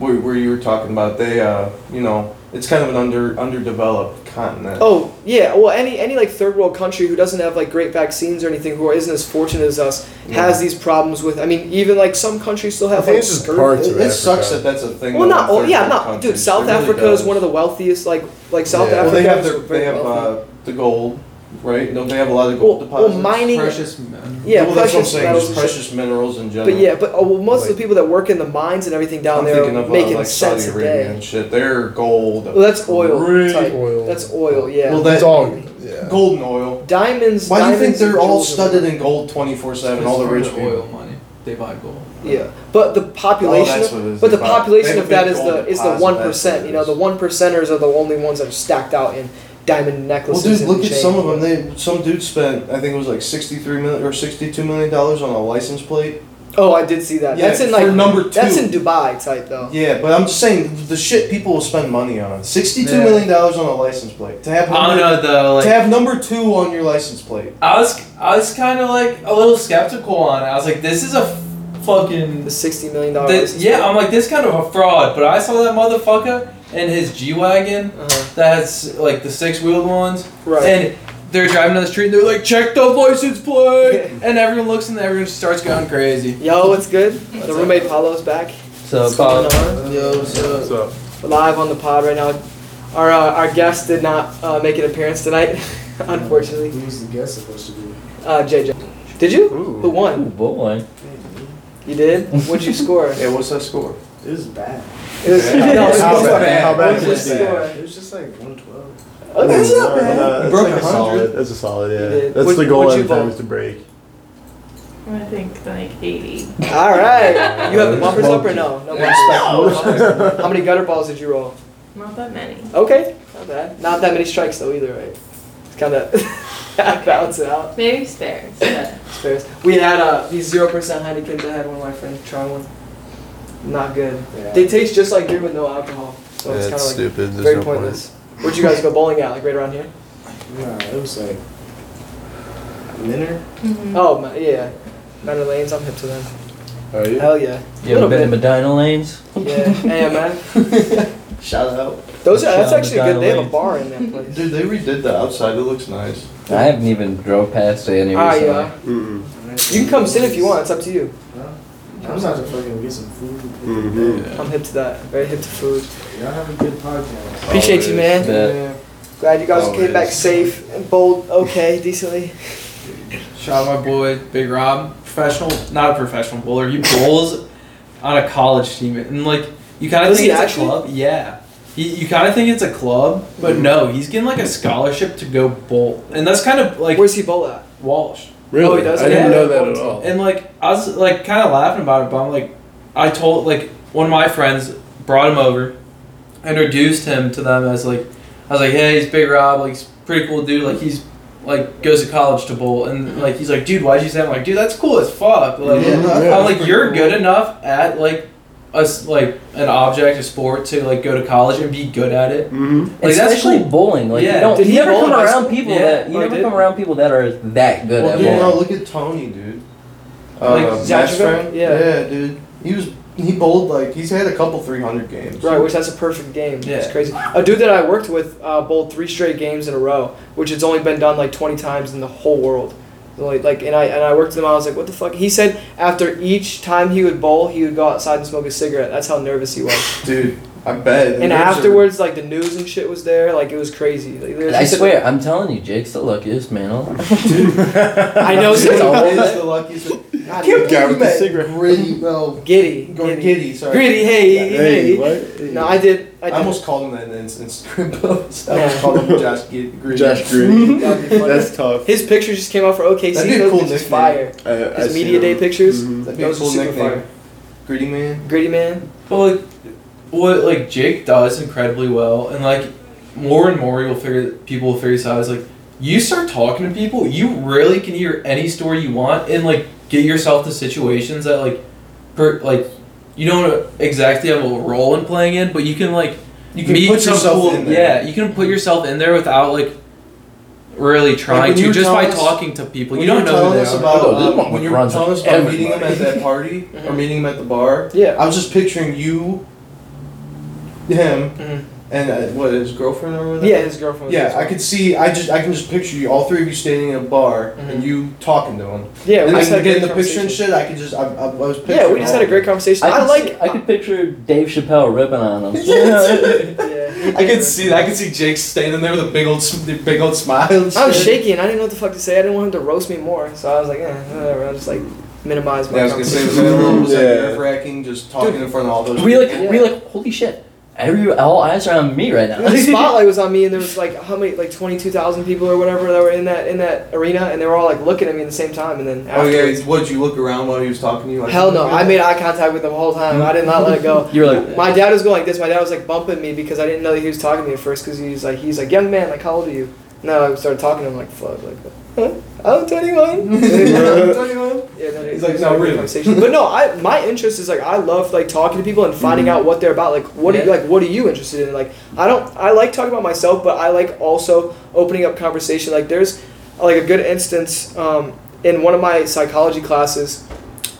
where, where you were talking about they, uh, you know, it's kind of an under underdeveloped continent.
Oh yeah, well any any like third world country who doesn't have like great vaccines or anything who isn't as fortunate as us has these problems with. I mean even like some countries still
I
have.
think
like,
it's just
scurvy.
parts
it,
of
it sucks that
Africa.
that's a thing.
Well,
though,
not
in
oh yeah,
third
not
countries.
dude. South
It really
Africa
does.
is one of the wealthiest like like South
Yeah. Well,
Well,
Africa.
they have
is
their,
very
they have
wealthy.
uh, the gold, right? Don't they have a lot of
Well,
gold
well,
deposits?
mining-
Precious men.
yeah,
well, that's what I'm
precious
saying. Just
metals and shit.
precious minerals in general.
But yeah, but oh, well, most of the
Like-
people that work in the mines and everything down
I'm
there
thinking
are
of uh,
making
like
cents
Saudi
a
Arabia
day.
and shit. Their gold.
Well, that's oil.
Really
type.
oil.
That's oil. Yeah.
Well,
It's
that-
all. Yeah.
golden oil.
diamonds.
Why do you think
diamonds and
they're all
jewels are-
studded in gold 24 seven? All the
It's
rich
for
people.
oil money. They buy gold.
Yeah, but the population.
Oh, that's
of-
what it is.
But the
They buy-
population
they
of that is
make
the
gold
is the
deposits,
one
that's
percent.
what
You
it
know,
is.
the one percenters are the only ones that are stacked out in diamond
Well,
necklaces.
dude,
and
look at
chains.
some of them. They some dude spent I think it was like sixty-three million or sixty-two million dollars on a license plate.
Oh, I did see that.
Yeah,
that's in
for
like
number two.
That's in Dubai type though.
Yeah, but I'm just saying the shit people will spend money on. Sixty-two
Yeah.
million dollars on a license plate to have
I don't
number,
know though. uh, Like
to have number two on your license plate.
I was, I was kind of like a little skeptical on. it. I was like, this is a fucking.
The sixty million dollars.
this- yeah, I'm like this kind of a fraud. But I saw that motherfucker and his G wagon
Uh-huh.
that has like the six wheeled ones,
Right.
and they're driving down the street. and They're like, check the license plate, and everyone looks and everyone starts going crazy.
Yo, what's good?
What's
the
up?
roommate Paulo's back.
So,
What's going
Paul,
on?
What's up?
We're live on the pod right now. Our uh, our guest did not uh, make an appearance tonight, unfortunately.
Who was the guest supposed to be?
Uh, JJ, did you?
Ooh.
Who
ooh,
won?
boy.
You did? What'd you score?
Yeah, what's that score?
It was bad.
It was,
Yeah.
no, it was
How
just
bad?
bad.
How bad
It was
was
just
it?
bad.
It was just like 112.
Oh, that's not
But,
bad.
uh,
You
that's
broke
like a
100.
solid. That's a solid.
You
Yeah.
did.
That's
What-
the goal
what'd you
every time
vote?
is to break.
I think like 80.
All right. You have the bumpers up or no? No
Yeah.
bumpers. How many gutter balls did you roll?
Not that many.
Okay, not bad. Not that many strikes though either, right? It's kind of balance it out.
Maybe spares. But
It's fair. We had uh, these zero percent Heinekens. I had one of my friends try one. Not good.
Yeah.
They taste just like beer with no alcohol, so it's kind of like
stupid.
very pointless. Where'd you guys go bowling at? Like right around here?
Nah, it was like. Minner?
Oh my, yeah, Manor Lanes. I'm hip to them.
Are you?
Hell yeah.
You ever
Little
been to
bit.
Medina Lanes?
Yeah. Hey man.
Shout out,
Those are, that's
Shout out
actually good. They have a
Medina
bar in that place.
dude. They redid the outside. It looks nice.
I haven't even drove past it anyway.
Ah,
so-
yeah.
Mm-mm.
You can come sit if you want. It's up to you.
Huh? I'm about to fucking get some food.
Mhm.
Yeah.
I'm hip to that. Very hip to food.
Y'all have a good podcast.
Appreciate you, man.
Bet.
Glad you guys
Always.
came back safe and bold, okay, decently.
Shout out my boy Big Rob, professional, not a professional bowler. He bowls on a college team, and like you kind of
Does he
think it's
actually? Hmm.
a club. Yeah, he, you kind of think it's a club, but no, he's getting like a scholarship to go bowl, and that's kind of like
Where's he bowl at?
Walsh.
Really?
Oh, he does?
I didn't
Yeah.
know that at all.
And like I was like kind of laughing about it, but I'm like, I told like one of my friends brought him over, introduced him to them as like, I was like, hey, he's Big Rob, like he's a pretty cool dude, like he's like goes to college to bowl, and like he's like, dude, why'd you say? that?" I'm like, dude, that's cool as fuck. Like,
Yeah.
I'm like, you're good enough at like us like an object, a sport to like go to college and be good at it.
Mm-hmm.
Like that's
Especially
cool.
bowling. Like
Yeah.
you don't
Did
you
he
never
bowl in
come
high
around
school?
people
Yeah,
that
oh,
you never
did-
come around people that are that good
Well,
at
dude,
bowling.
no, look at Tony, dude.
Like
Uh,
Zach
Zach
Jacob? Yeah.
yeah, dude. He was he bowled like he's had a couple three hundred games.
Right, which that's a perfect game. Yeah. It's
Yeah.
crazy. A dude that I worked with uh, bowled three straight games in a row, which it's only been done like 20 times in the whole world. Like, like and I and I worked with him. I was like, "What the fuck?" He said after each time he would bowl, he would go outside and smoke a cigarette. That's how nervous he was.
Dude, I bet.
and
Nerves are-
afterwards, like the news and shit was there. Like it was crazy. Like, there's-
I
he said-
swear, I'm telling you, Jake's the luckiest man alive.
I know.
He
It's
so-
all-
is the luckiest. God, I
Guy
can't believe
with
you
the
met
cigarette.
Gritty. Well,
giddy,
Gritty,
giddy,
Giddy, sorry.
gritty. Hey,
Yeah.
Hey,
hey.
what?
No, I did. I
I
did.
almost called him that in his Instagram post. I
Yeah.
almost called him Josh Gid- Gritty.
Josh Green.
That'd be funny.
That's tough.
His pictures just came out for OKC.
That'd be a
Those
cool
bitches
nickname. Mm-hmm.
fire.
I, I
His
seen
media
him.
day pictures.
Mhm.
That'd be a
Those are
cool
super
nickname.
fire.
Gritty man.
Gritty man.
But like, what like Jake does incredibly well, and like more and more you'll figure people will figure this out. Is like you start talking to people, you really can hear any story you want, and like get yourself to situations that like, per, like you don't exactly have a role in playing in, but you can like
You can
meet
put
some
yourself
cool-
in there.
Yeah, you can put yourself in there without like really trying
when you
to
were
just by
telling us-
talking to people.
When
You don't
were
know who
telling
they
us
are.
about
Oh, this
uh,
one
when you were
runs
telling us about meeting him
everybody.
at that party or
Mhm.
meeting him at the bar,
Yeah.
I was just picturing you, him,
Mhm.
and uh, what his girlfriend or whatever.
Yeah, his girlfriend. Was there
Yeah,
as
I
well.
could see. I just I can just picture you, all three of you standing in a bar and
Mhm.
you talking to him.
Yeah,
and
we
I
just
can
had
get
a
in the
great
picture and
conversation.
shit. I can just I, I, I was. Picturing
Yeah, we just had a
all
great conversation. I,
could
like.
see- I could picture Dave Chappelle ripping on him.
Yeah.
I could see. I could see Jake standing there with a big old s- big old smile. And
I was
shit.
shaking. I didn't know what the fuck to say. I didn't want him to roast me more, so I was like, eh, whatever. I'll just like minimize my.
Yeah, I was gonna say, was that a
conversation.
little was that
Yeah.
nerve wracking just talking in front of all those?
we like
Yeah.
we like holy shit. Every all eyes are on me right now.
the spotlight was on me, and there was like how many, like twenty two thousand people or whatever that were in that in that arena, and they were all like looking at me at the same time, and then
Oh
afterwards,
yeah, what you look around while he was talking to you? Like,
hell no, I made eye contact with them the whole time. I did not let it go.
you were like
My dad was going like this. My dad was like bumping me because I didn't know that he was talking to me at first. Because he's like, he's like, young man, like, how old are you? No, I started talking to him like, fuck, like, huh?
I'm
I'm 21.
telling you what.
yeah, no,
He's like,
it was
"No,
a great
really."
Conversation. But no, I my interest is like I love like talking to people and finding
Mm-hmm.
out what they're about. Like, what are you
Yeah.
like? What are you interested in? Like, I don't. I like talking about myself, but I like also opening up conversation. Like, there's like a good instance um, in one of my psychology classes.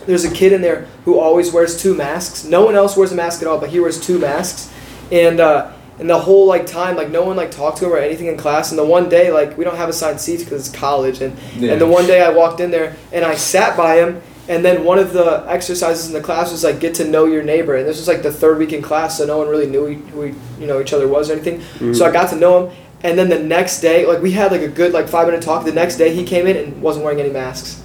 There's a kid in there who always wears two masks. No one else wears a mask at all, but he wears two masks, and. uh and the whole like time, like no one like talked to him or anything in class. And the one day, like we don't have assigned seats because it's college, and
Yeah.
and the one day I walked in there and I sat by him, and then one of the exercises in the class was like get to know your neighbor, and this was like the third week in class, so no one really knew who we, you know each other was or anything. So
Mm.
I got to know him, and then the next day, like we had like a good like five minute talk. The next day he came in and wasn't wearing any masks.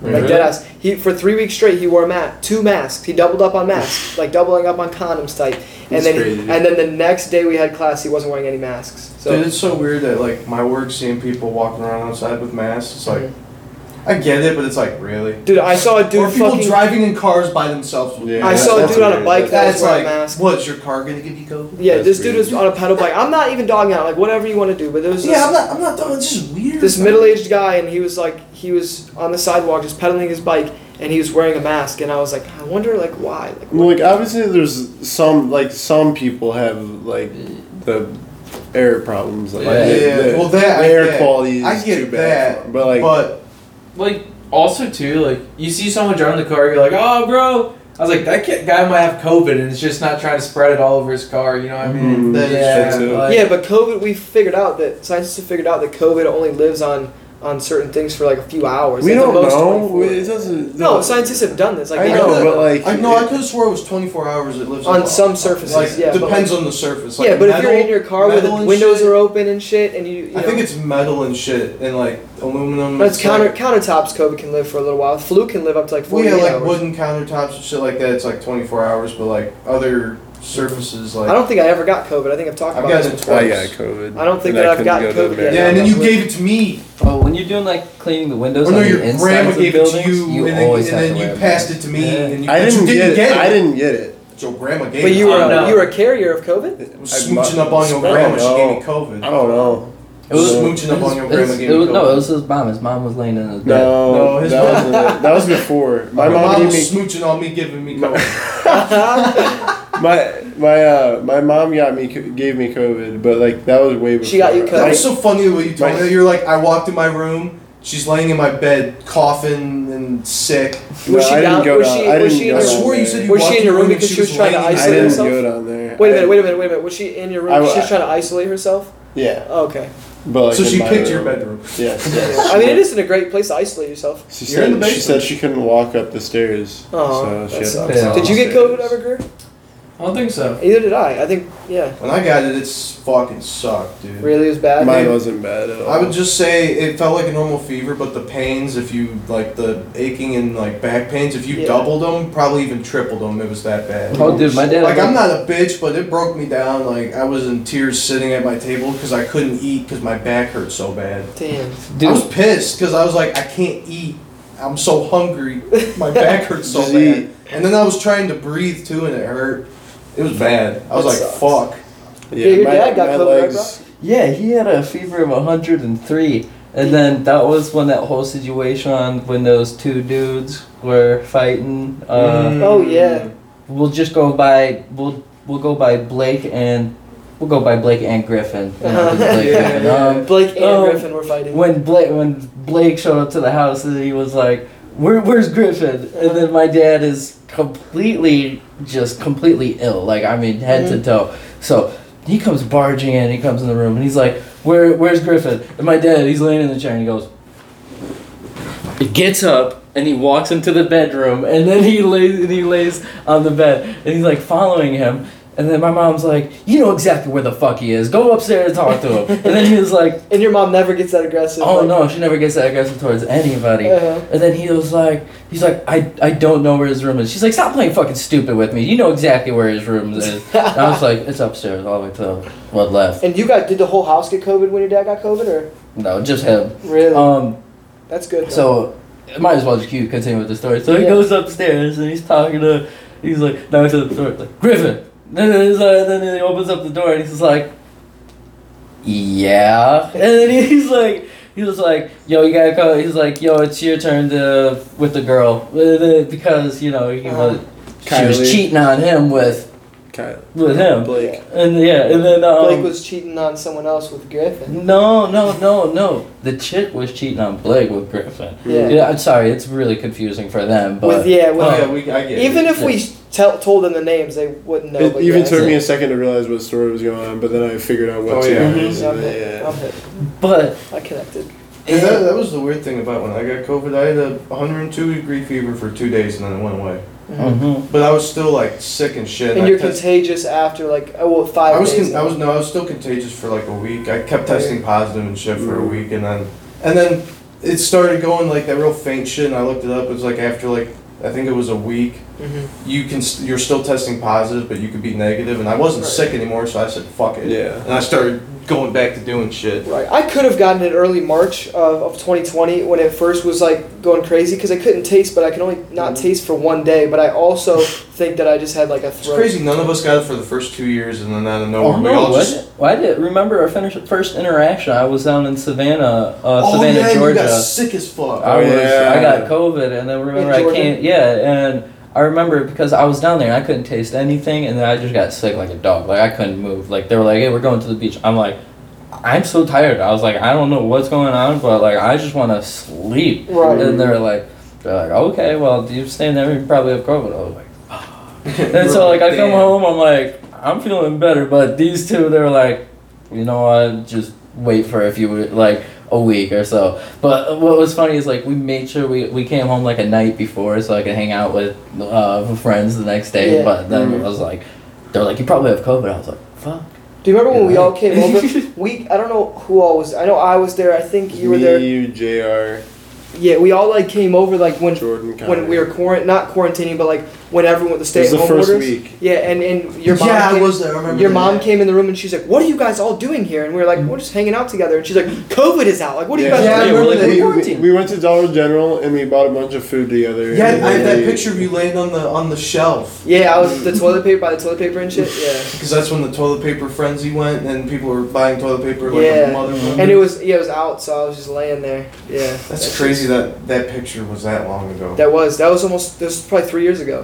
Like
Really?
dead ass. He for three weeks straight he wore a mat, two masks. He doubled up on masks, like doubling up on condoms type.
That's
And then
crazy.
and then the next day we had class, he wasn't wearing any masks. So
Dude, it's so weird that like my work seeing people walking around outside with masks. It's like, I get it, but it's like really.
dude, I saw a dude
or people
fucking.
driving in cars by themselves. With
Yeah,
I
that-
saw a
that's
dude on a
weird.
bike that was
That's
wearing
like,
a mask.
what is your car gonna give you COVID?
Yeah,
That's
this dude was
weird.
on a pedal bike. I'm not even dogging out, like whatever you want to do, but there was this,
Yeah, I'm not. I'm not done. It's just weird.
this middle-aged guy, and he was like, he was on the sidewalk just pedaling his bike, and he was wearing a mask, and I was like, I wonder, like, why? Like,
Well, like obviously, there's some like some people have like the air problems. Like,
Yeah,
Yeah,
the- the-
well, that
the
I
air
get.
quality is
I get
too bad. for
that,
'em. but like,
but
like also too like you see someone driving the car you're like oh bro i was like that kid, guy might have covid and it's just not trying to spread it all over his car you know what i mean
Mhm.
That is
yeah,
true, too.
like-
yeah, but COVID, we figured out that scientists have figured out that COVID only lives on on certain things for like a few hours.
we
at the
don't
most
know.
24.
We- It doesn't.
No, scientists have done this. Like,
I
they
know,
don't-
but like,
I know I could have swore it was 24 hours. It lives
on
the-
some surfaces,
Like,
yeah, but,
depends on the surface. Like
yeah, but if
metal-
you're in your car where the
metal and
windows
shit,
are open and shit, and you, you
I
know,
think it's metal and shit and like aluminum.
That's
like-
counter countertops. COVID can live for a little while. Flu can live up to like
Well,
forty
yeah, like
hours.
wooden countertops and shit like that. It's like 24 hours, but like other surfaces, like
I don't think I ever got COVID. I think I've talked
I've
about
gotten
this.
it
before.
I
twice.
got COVID.
I don't think
and
that I've
couldn't
gotten
go to
COVID yet.
yeah, and then you
Yeah.
gave it to me.
oh, when you're doing like cleaning the
Or
windows
Oh, no,
on
your
the inside
grandma
of the
gave it to
buildings,
you,
you
and then,
always
and
have
then
to wear
you
a
passed
mask.
it to me,
Yeah.
and you,
I
but you
didn't
didn't
get. it. I didn't get it.
But Your grandma gave
But
it.
you
to
were
I
me. Oh,
don't know.
you were a carrier of COVID.
was smooching up on your
I don't
grandma. She gave me
know. I
COVID.
don't know.
It was
Smooching up on your grandma
It's-
gave
it
you
was, no,
Coke.
it was his mom. His mom was laying in his bed.
No,
No, his
that,
mom-
wasn't it. that was before. My mom, gave
was
me
smooching on me, giving me
My-
coke.
my my uh my mom got me co- gave me COVID, but like that was way before.
She got you
Like,
That
COVID.
was so funny the way you told
Right.
me. that. You're like, I walked in my room. She's laying in my bed, coughing and sick.
no,
Was she
I
down-
didn't go
was
down.
she-
I
was
didn't
she
go
in
down
her-
I swear you said you
Was she
walked
in your room
and
because she was trying to
laying in
I
isolate
didn't
herself?
go down there.
Wait a
I-
minute, wait a minute, wait a minute. Was she in your room?
I-
She's trying to isolate herself? Oh,
Yeah,
Okay.
but like
so
in
she
my
picked your
room.
bedroom.
Yes, yes.
I mean, it isn't a great place to isolate yourself.
She
You're in
said
the
she said
basement.
she couldn't walk up the stairs. so
Oh,
she
that
had
sucks.
to walk
Did you get
downstairs.
COVID ever, Greer?
I don't think so.
Either did I. I think, yeah.
When I got it, it's fucking sucked, dude.
Really it was bad.
Mine wasn't bad at all.
I would just say it felt like a normal fever, but the pains, if you like the aching and like back pains, if you
Yeah.
doubled them, probably even tripled them, it was that bad.
Oh, dude, my dad.
Like I'm not a bitch, but it broke me down. Like I was in tears sitting at my table because I couldn't eat because my back hurt so bad.
Damn.
I
Dude,
was pissed because I was like, I can't eat. I'm so hungry. My back hurts so
Just
bad.
eat.
And then I was trying to breathe too, and it hurt. It was bad. I was
That
like,
sucks.
fuck.
Yeah, your dad got
my
COVID, right,
legs-
yeah, he had a fever of 103, and then that was when that whole situation when those two dudes were fighting. Uh,
Mm.
Oh, yeah.
We'll just go by we'll we'll go by Blake and we'll go by Blake and Griffin.
Uh-huh.
Blake
Yeah,
Griffin.
yeah.
Um,
Blake and
Oh.
Griffin were fighting.
when Blake when Blake showed up to the house and he was like, Where, "Where's Griffin?" And then my dad is completely just completely ill, like I mean head to toe. So he comes barging in, he comes in the room, and he's like, "Where where's Griffin?" And my dad, he's laying in the chair, and he goes. He gets up and he walks into the bedroom, and then he lays and he lays on the bed, and he's like following him. And then my mom's like, "You know exactly where the fuck he is. Go upstairs and talk to him." And then he was like,
And your mom never gets that aggressive.
Oh
like-
no, she never gets that aggressive towards anybody.
Uh-huh.
And then he was like, he's like, I, I don't know where his room is. She's like, stop playing fucking stupid with me. You know exactly where his room is. And I was like, it's upstairs, all the way to what left.
And you got, did the whole house get COVID when your dad got COVID, or?
No, just him.
Really?
Um,
That's good. though.
so might as well just keep continuing with the story. So he
Yeah.
goes upstairs and he's talking to, he's like, knocks at the door, like Griffin. And then, he's like, then he opens up the door and he's just like, yeah. And then he's like, he was like, yo, you gotta go. He's like, yo, it's your turn to with the girl Uh, because you know he was,
Uh-huh.
she was
Kylie.
cheating on him with
Kyle,
with him.
Blake.
And yeah, and then um,
Blake was cheating on someone else with Griffin.
no, no, no, no. The chick was cheating on Blake with Griffin.
Yeah.
Yeah, I'm sorry. It's really confusing for them, but
with yeah, with,
Oh, yeah, we, I get
even
it.
if we tell, told them the names, they wouldn't know.
it
but
even
yeah,
took
it.
me a second to realize what story was going on, but then I figured out what
Oh,
two
yeah.
was,
Mhm.
and then,
I'm
yeah.
hit.
but
I connected.
Yeah, that, that was the weird thing about when I got COVID. I had a 102 degree fever for two days and then it went away.
Mhm.
But I was still like sick Um, and shit.
And
I
you're
test-
contagious after like oh well, five
I was
days.
con- I was no, I was still contagious for like a week. I kept testing positive and shit for a
Mm.
week, and then and then it started going like that real faint shit. And I looked it up. It was like after like I think it was a week.
Mhm.
You can st- you're still testing positive, but you could be negative. And I wasn't
Right.
sick anymore, so I said fuck it.
Yeah.
And I started going back to doing shit.
Right. I could have gotten it early March of, of 2020 when it first was like going crazy because I couldn't taste, but I can only not taste for one day. But I also think that I just had like a
Mm-hmm. It's
throat.
crazy. None of us got it for the first two years, and then out of nowhere,
Oh,
we all
no,
just.
was it? Well, I did remember our finish, first interaction. I was down in Savannah, uh,
oh
Savannah,
yeah, you
Georgia.
got sick as fuck.
I
Oh,
was,
yeah.
I got COVID, and then remember I
Georgia?
can't. Yeah, and I remember because I was down there and I couldn't taste anything, and then I just got sick like a dog. Like I couldn't move. Like they were like, "Hey, we're going to the beach." I'm like, "I'm so tired." I was like, "I don't know what's going on, but like I just want to sleep."
Right.
And they're like, "They're like, okay, well, you're staying there. You probably have COVID." I was like. And
You're
so like I
damn.
come home, I'm like, I'm feeling better, but these two, they're like, you know what? Just wait for a few like a week or so. But what was funny is like we made sure we, we came home like a night before so I could hang out with uh with friends the next day.
Yeah.
But then
Mm-hmm.
Mhm.
it was like, they're like, you probably have COVID. I was like, fuck.
Do you remember when we all came over? We I don't know who all was. I know I was there. I think you were
me,
there.
you, Jr.
yeah, we all like came over like when
Jordan. Connor.
when we were quarant not quarantining, but like when everyone the
It
stay
was
at
the
home
first
orders.
week.
Yeah, and and your mom.
yeah,
came,
I was there. I remember
Your
that.
mom came in the room and she's like, "What are you guys all doing here?" And we were like, "We're just hanging out together." And she's like, "COVID is out. Like, what are you
Yeah.
guys
Yeah, I
doing?"
remember
We're like,
that.
"We're
We, we,
quarantined."
we went to Dollar General and we bought a bunch of food together.
Yeah,
and
I have
we-
that picture of you laying on the on the shelf.
Yeah, I was the toilet paper by the toilet paper and shit. Yeah,
Because that's when the toilet paper frenzy went, and people were buying toilet paper like
Yeah.
a motherfucker.
and it was yeah it was out, so I was just laying there. Yeah,
That's crazy that that picture was that long ago.
That was that was almost this was probably three years ago.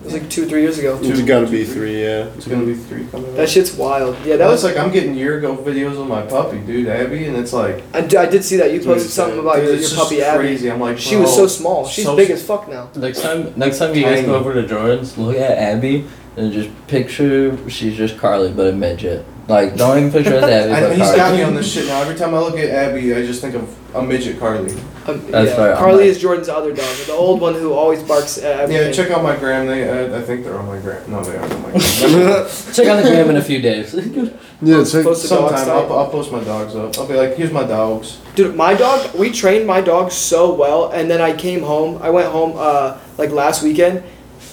It was like two or three years ago.
It's gonna be three, yeah.
it's gonna be three coming.
That
up.
shit's wild. Yeah, that
Well, it's
was.
like I'm getting year ago videos of my puppy, dude, Abby, and it's like
I, d- I did see that you
Dude,
posted something about
dude,
your,
it's
your
just
puppy Abby.
crazy. I'm like,
She was
bro,
so small. She's
so
big
s-
as fuck now.
Next time, next time you guys
Tiny.
go over to Jordan's, look at Abby and just picture she's just Carly but a midget. Like, don't even picture her as Abby.
I,
but
he's got
Carly.
me on this shit now. Every time I look at Abby, I just think of a midget Carly.
Um,
That's
yeah.
right, I'm
Carly
like-
is Jordan's other dog, the old one who always barks at everything.
Yeah, check out my gram. They, uh, I, I think they're on my gram. No, they aren't on my gram.
yeah,
Check out the gram in a few days.
it's like,
Post the dog
Sometime
style.
I'll, I'll post my dogs up. I'll be like, here's my dogs.
Dude, my dog, we trained my dog so well, and then I came home. I went home uh, like last weekend,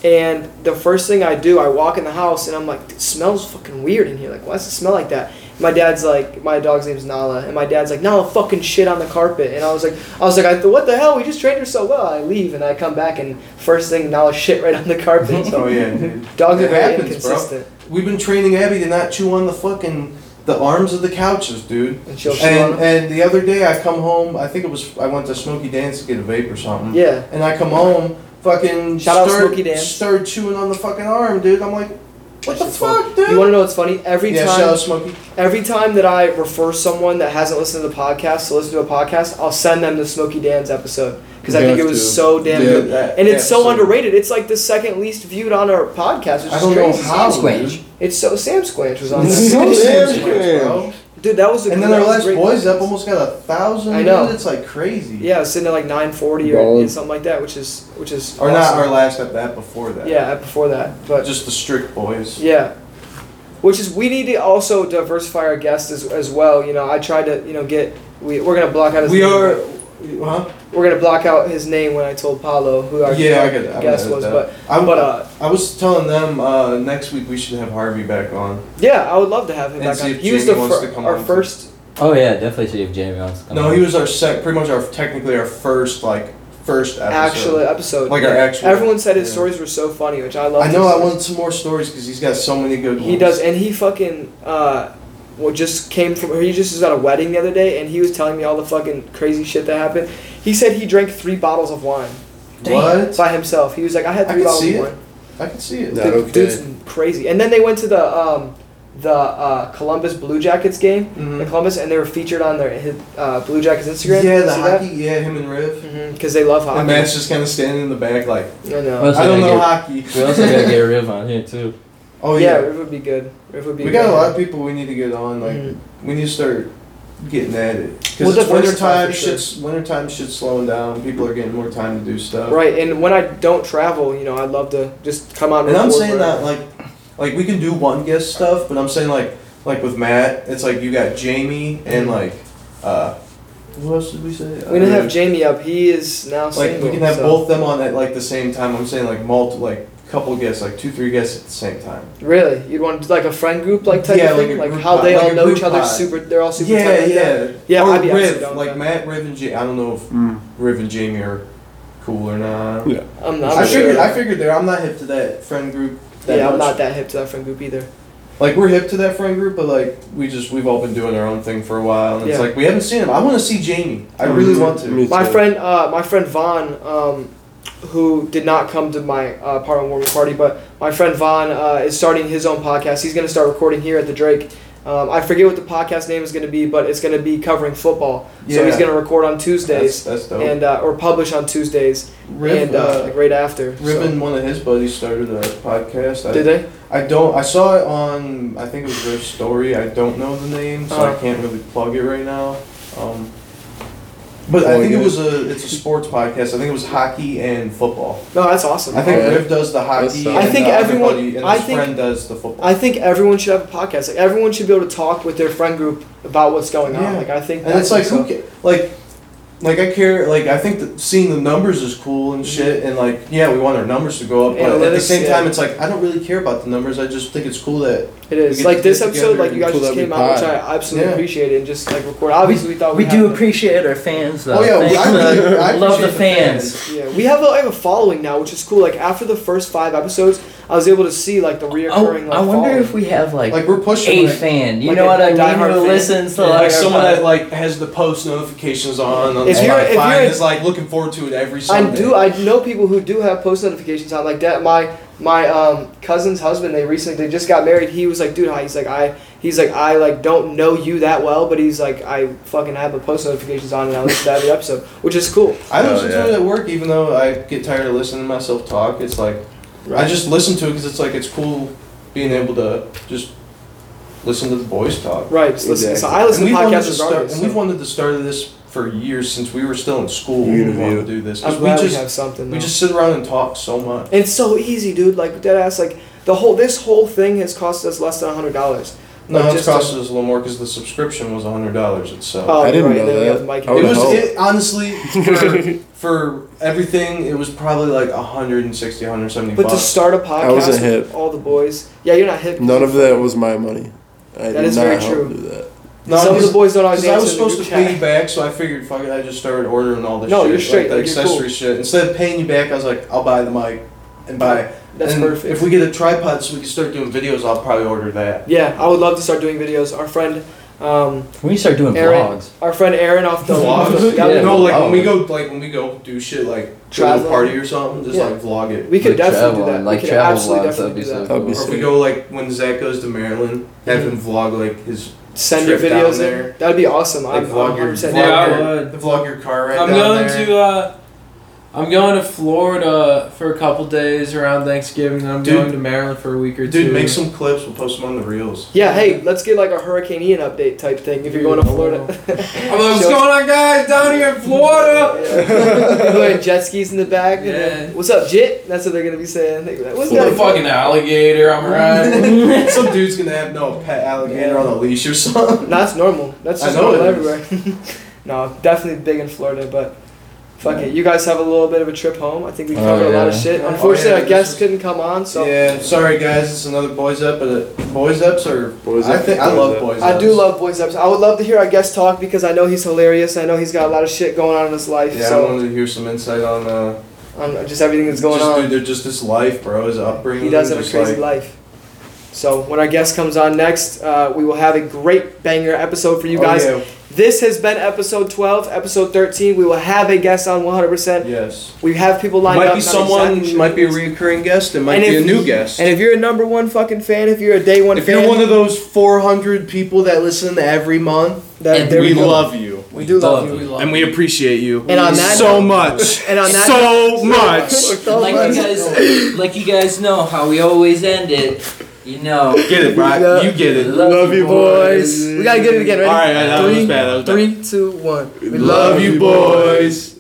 and the first thing I do, I walk in the house, and I'm like, it smells fucking weird in here. Like, why does it smell like that? My dad's like, my dog's name's Nala, and my dad's like, Nala, fucking shit on the carpet. And I was like, I was like, I th- what the hell? We just trained her so well. I leave, and I come back, and first thing, Nala shit right on the carpet.
Oh
So
yeah, dude.
dogs are
It
very
happens, bro.
inconsistent,
We've been training Abby to not chew on the fucking the arms of the couches, dude.
and she'll shit
And
on 'em.
and the other day I come home, I think it was I went to Smoky Dance to get a vape or something.
Yeah,
And I come home, fucking
Shout out
start,
Smokey Dance.
start chewing on the fucking arm, dude. I'm like, what
That
the
shit's fun.
fuck, dude?
you want to know what's funny? Every
yeah,
time.
shout out Smokey.
Every time that I refer someone that hasn't listened to the podcast to listen to a podcast, I'll send them the Smokey Dan's episode because I
You
think it
have
was
to.
so damn
Yeah.
good.
That
And it's so
episode.
underrated. It's like the second least viewed on our podcast, which
I
is
don't know
crazy.
how,
Squinch.
dude.
It's so Sam Squanch was on
So
that.
damn
Squinch, bro.
Dude, that was a
And
cool-
then our
that was a
last
great
boys
podcast.
up almost got a thousand.
I know.
dude. It's like crazy.
Yeah, I was sitting at like nine forty or
Bald.
something like that, which is which is
Or not
awesome.
our last at that before that.
yeah before that, but
Just the strict boys.
Yeah. Which is we need to also diversify our guests as, as well. You know, I tried to you know get we we're gonna block out his
We
name,
are.
but
Huh?
we're gonna block out his name when I told Paolo who our
Yeah, I get that.
guest
I'm not
was,
that.
but
I,
but uh,
I was telling them uh, next week we should have Harvey back on.
yeah, I would love to have him
And
back
see
on.
if
He was the
Jamie wants
fir-
to come
our
on, too.
first.
oh yeah, definitely see if Jamie wants to come.
No,
on.
he was our sec, pretty much our technically our first like first episode.
Actual episode.
Like our actual-
Everyone said his
yeah.
stories were so funny, which I love.
I know I want some more stories because he's got so many good ones.
He does, and he fucking uh, well, just came from. He just was at a wedding the other day, and he was telling me all the fucking crazy shit that happened. He said he drank three bottles of wine
What?
by himself. He was like, I had
I
three
can
bottles
see
of
it.
wine.
I can see it.
Not
Dude-
okay.
Dude's crazy. And then they went to the um, the uh, Columbus Blue Jackets game.
Mhm.
The Columbus, and they were featured on their his, uh, Blue Jackets Instagram. Uh,
Yeah, the hockey. Yeah, him and Riv.
Because Mm-hmm. they love hockey.
And Matt's just kind of standing in the back like
I know.
Well, Also
I don't
gotta
know
get-
hockey.
We also gotta get Riv on here too.
oh
yeah,
yeah,
Riv would be good. Riv would be
we
good.
got a lot of people we need to get on. Like
Mhm.
we need to start getting at it
We'll
because it's winter
diversify
time.
for sure.
Shit's winter time. Shit's slowing down. People are getting more time to do stuff.
Right, and when I don't travel, you know, I'd love to just come on.
And I'm
record
saying
wherever.
that like, like we can do one guest stuff, but I'm saying like, like with Matt, it's like you got Jamie and like, uh, who else did we say?
We didn't have
Uh,
Jamie up. He is now
Like
single.
we can have
so-
both them on at like the same time. I'm saying like multi, like couple guests, like two, three guests at the same time.
Really, you'd want like a friend group, like type
Yeah,
of
like
thing,
a
like,
group
how
pod-
they
like
all
a
know
group
each other.
pod.
Super, they're all super. tight
Yeah,
like that.
yeah,
Yeah,
Or
I'd be absolutely
Riv,
down with
like
that.
Matt, Riv, and Jamie. I don't know if
Mm.
Riv and Jamie are cool or not.
Yeah.
I'm not.
i
sure.
figured. I figured there. I'm not hip to that friend group. That
yeah, I'm
much.
not that hip to that friend group either.
Like we're hip to that friend group, but like we just we've all been doing our own thing for a while, and it's
Yeah. Mm-hmm.
like we haven't seen him. I want to see Jamie. I really want to.
Me
My
too.
friend, uh, my friend Vaughn, um, who did not come to my uh, apartment warming party, but my friend Vaughn uh, is starting his own podcast. He's going to start recording here at the Drake. Um, I forget what the podcast name is going to be, but it's going to be covering football. So he's
Yeah.
going to record on
That's,
Tuesdays
that's dope.
and uh, or publish on Tuesdays
Riv,
and uh, like right after. so-
Riven, one of his buddies, started a podcast. I,
Did they?
I don't. I saw it on. I think it was their story. I don't know the name, so
Uh.
I can't really plug it right now. Um, but I
Plug
think it
it.
was a. It's a sports podcast. I think it was hockey and football.
No, that's awesome.
I think
Yeah.
Riv does the hockey.
I
and
think
the other
everyone-
buddy and
I
his
think-
friend does the football.
I think everyone should have a podcast. Like everyone should be able to talk with their friend group about what's going on.
Yeah.
Like I think
And it's like,
that's
who ca- like, like I care. Like I think that seeing the numbers is cool and shit. And like, yeah, we want our numbers to go up, but at the
Mm-hmm. Analytics,
same
yeah.
time, it's like I don't really care about the numbers. I just think it's cool that We
It is
get
like
to
this
get
episode,
together
like
and
you guys
pull
just
every
came out, which
pod.
I absolutely
Yeah.
appreciate and just like record. Obviously, we thought
We
we,
do
had-
appreciate our fans, though.
Oh, yeah, we-
Thanks
I
to-
appreciate- I
love
appreciate
the
the fans.
fans.
Yeah, we have a, I have a following now, which is cool. Like after the first five episodes, I was able to see like the reoccurring.
Oh,
like,
I wonder
following.
if we have like,
like we're pushing.
a
Like,
fan. You
Like
know
a
what I mean?
diehard
Who
fan.
listens to
Yeah,
like,
like
our
someone
pod-
that like has the post notifications on on
If you're- if
Spotify
you're-
and is like looking forward to it every Sunday.
I do. I know people who do have post notifications on like that. My my um, cousin's husband. They recently they just got married. He was like, dude, hi. He's like, I. He's like, I like don't know you that well, but he's like, I fucking have the post notifications on, and I listen to every episode, which is cool.
I
Oh,
listen
yeah.
to it at work, even though I get tired of listening to myself talk. It's like I just listen to it because it's like it's cool being able to just listen to the boys talk.
Right. just listen- So I listen
And
to
we've wanted
podcasts
to
regardless.
start, and
so
we've wanted to start this for years since we were still in school. We
Interview.
wanted to do this
I'm
because we
glad we,
just
have something.
we
though.
just sit around and talk so much.
And it's so easy, dude. Like dead ass. Like the whole this whole thing has cost us less than hundred dollars.
No,
Like,
it's
just
cost us a little more because the subscription was hundred dollars itself.
Oh,
I didn't
right,
know
then we
that.
have Mike
I
It
would
was
hope.
it, honestly for, for everything. It was probably like 160, 170
But to
bucks.
start a
I
podcast
wasn't
with
hip.
all the boys. Yeah, you're not hip.
None of that was my money. I
That
did
is
not
very
help
true.
do that.
No,
Some of
because-
the boys don't always
Because I was
answer in the
supposed to
group chat.
pay you back, so I figured, fuck it, I just started ordering all this
No,
shit.
you're straight,
Like, the
like, you're cool.
accessory shit. Instead of paying you back, I was like, I'll buy the mic and buy.
That's
and
perfect.
If we get a tripod so we can start doing videos, I'll probably order that.
Yeah, I would love to start doing videos. Our friend, um,
We start doing
Aaron-
vlogs.
our friend Aaron off the
Vlogs?
Yeah,
Yeah.
no, like when we
vlogs.
go, like when we go do shit, like travel
Travel.
party or something, just
Yeah.
like vlog it.
we could
Like
definitely do
travel,
that.
like
we could
travel
absolutely
vlogs,
definitely do
that'd be
that.
so
That'd be
cool.
Or if
sick.
we go like when Zach goes to Maryland, have him
Mm-hmm.
vlog like his
Send your
Trip down
videos
there.
in. That'd be awesome.
like
I'm,
vlog your
100%
vlog,
down. Yeah, I
your,
would.
vlog your car right
I'm
down
going
there.
to. Uh, I'm going to Florida for a couple days around Thanksgiving. Then I'm
Dude.
going to Maryland for a week or two.
Dude, make some clips. We'll post them on the reels.
Yeah, hey, let's get like a Hurricane Ian update type thing if you're going to
Dude,
Florida.
I'm like, what's
Show-
going on, guys? Down here in Florida.
People wearing jet skis in the back. and then,
Yeah.
What's up, Jit? That's what they're gonna be saying. They're like, What's
With a
that?
fucking alligator. I'm right.
Some dude's gonna have no pet alligator on a leash or something.
No, that's normal. That's
I
just
know
normal
it is.
everywhere. no, definitely big in Florida, but fuck it. You guys have a little bit of a trip home. I think we
Oh,
covered a lot of
yeah.
shit.
Oh,
Unfortunately,
yeah,
our
this
guests
is-
couldn't come on, so
Yeah, sorry guys, it's another boys up, but uh, boys ups are.
Boys
I
Up,
think I
Boys
love
Up.
boys.
I do
Ups.
love Boys Ups. I would love to hear our guest talk because I know he's hilarious. I know he's got a lot of shit going on in his life.
Yeah, I
so
wanted to hear some insight on uh,
on just everything that's going
just,
on.
Dude, they're just this life, bro. His upbringing.
He does have a
just
crazy
like-
life. So when our guest comes on next, uh, we will have a great banger episode for you
Oh,
guys.
yeah,
This has been episode 12, episode 13. We will have a guest on 100%.
Yes.
We have people lined
Might
up.
be
not
someone.
exactly sure
might be a
who it is.
reoccurring guest. It might
And
be
if-
a new guest.
And if you're a number one fucking fan, if you're a day one
if
fan,
you're one of those 400 people that listen every month,
that,
And
there
we
we go.
love you
we do love you.
and we appreciate you
And on that
so
note-
much.
And on that
so much.
So
like
much.
you guys, like you guys know how we always end it. You know.
Get it, Brock. You get it.
Love,
Love you, boys.
We gotta get it again,
All
ready?
right, that was
Three,
bad. That was bad.
Three, two, one. We
Love you, boys.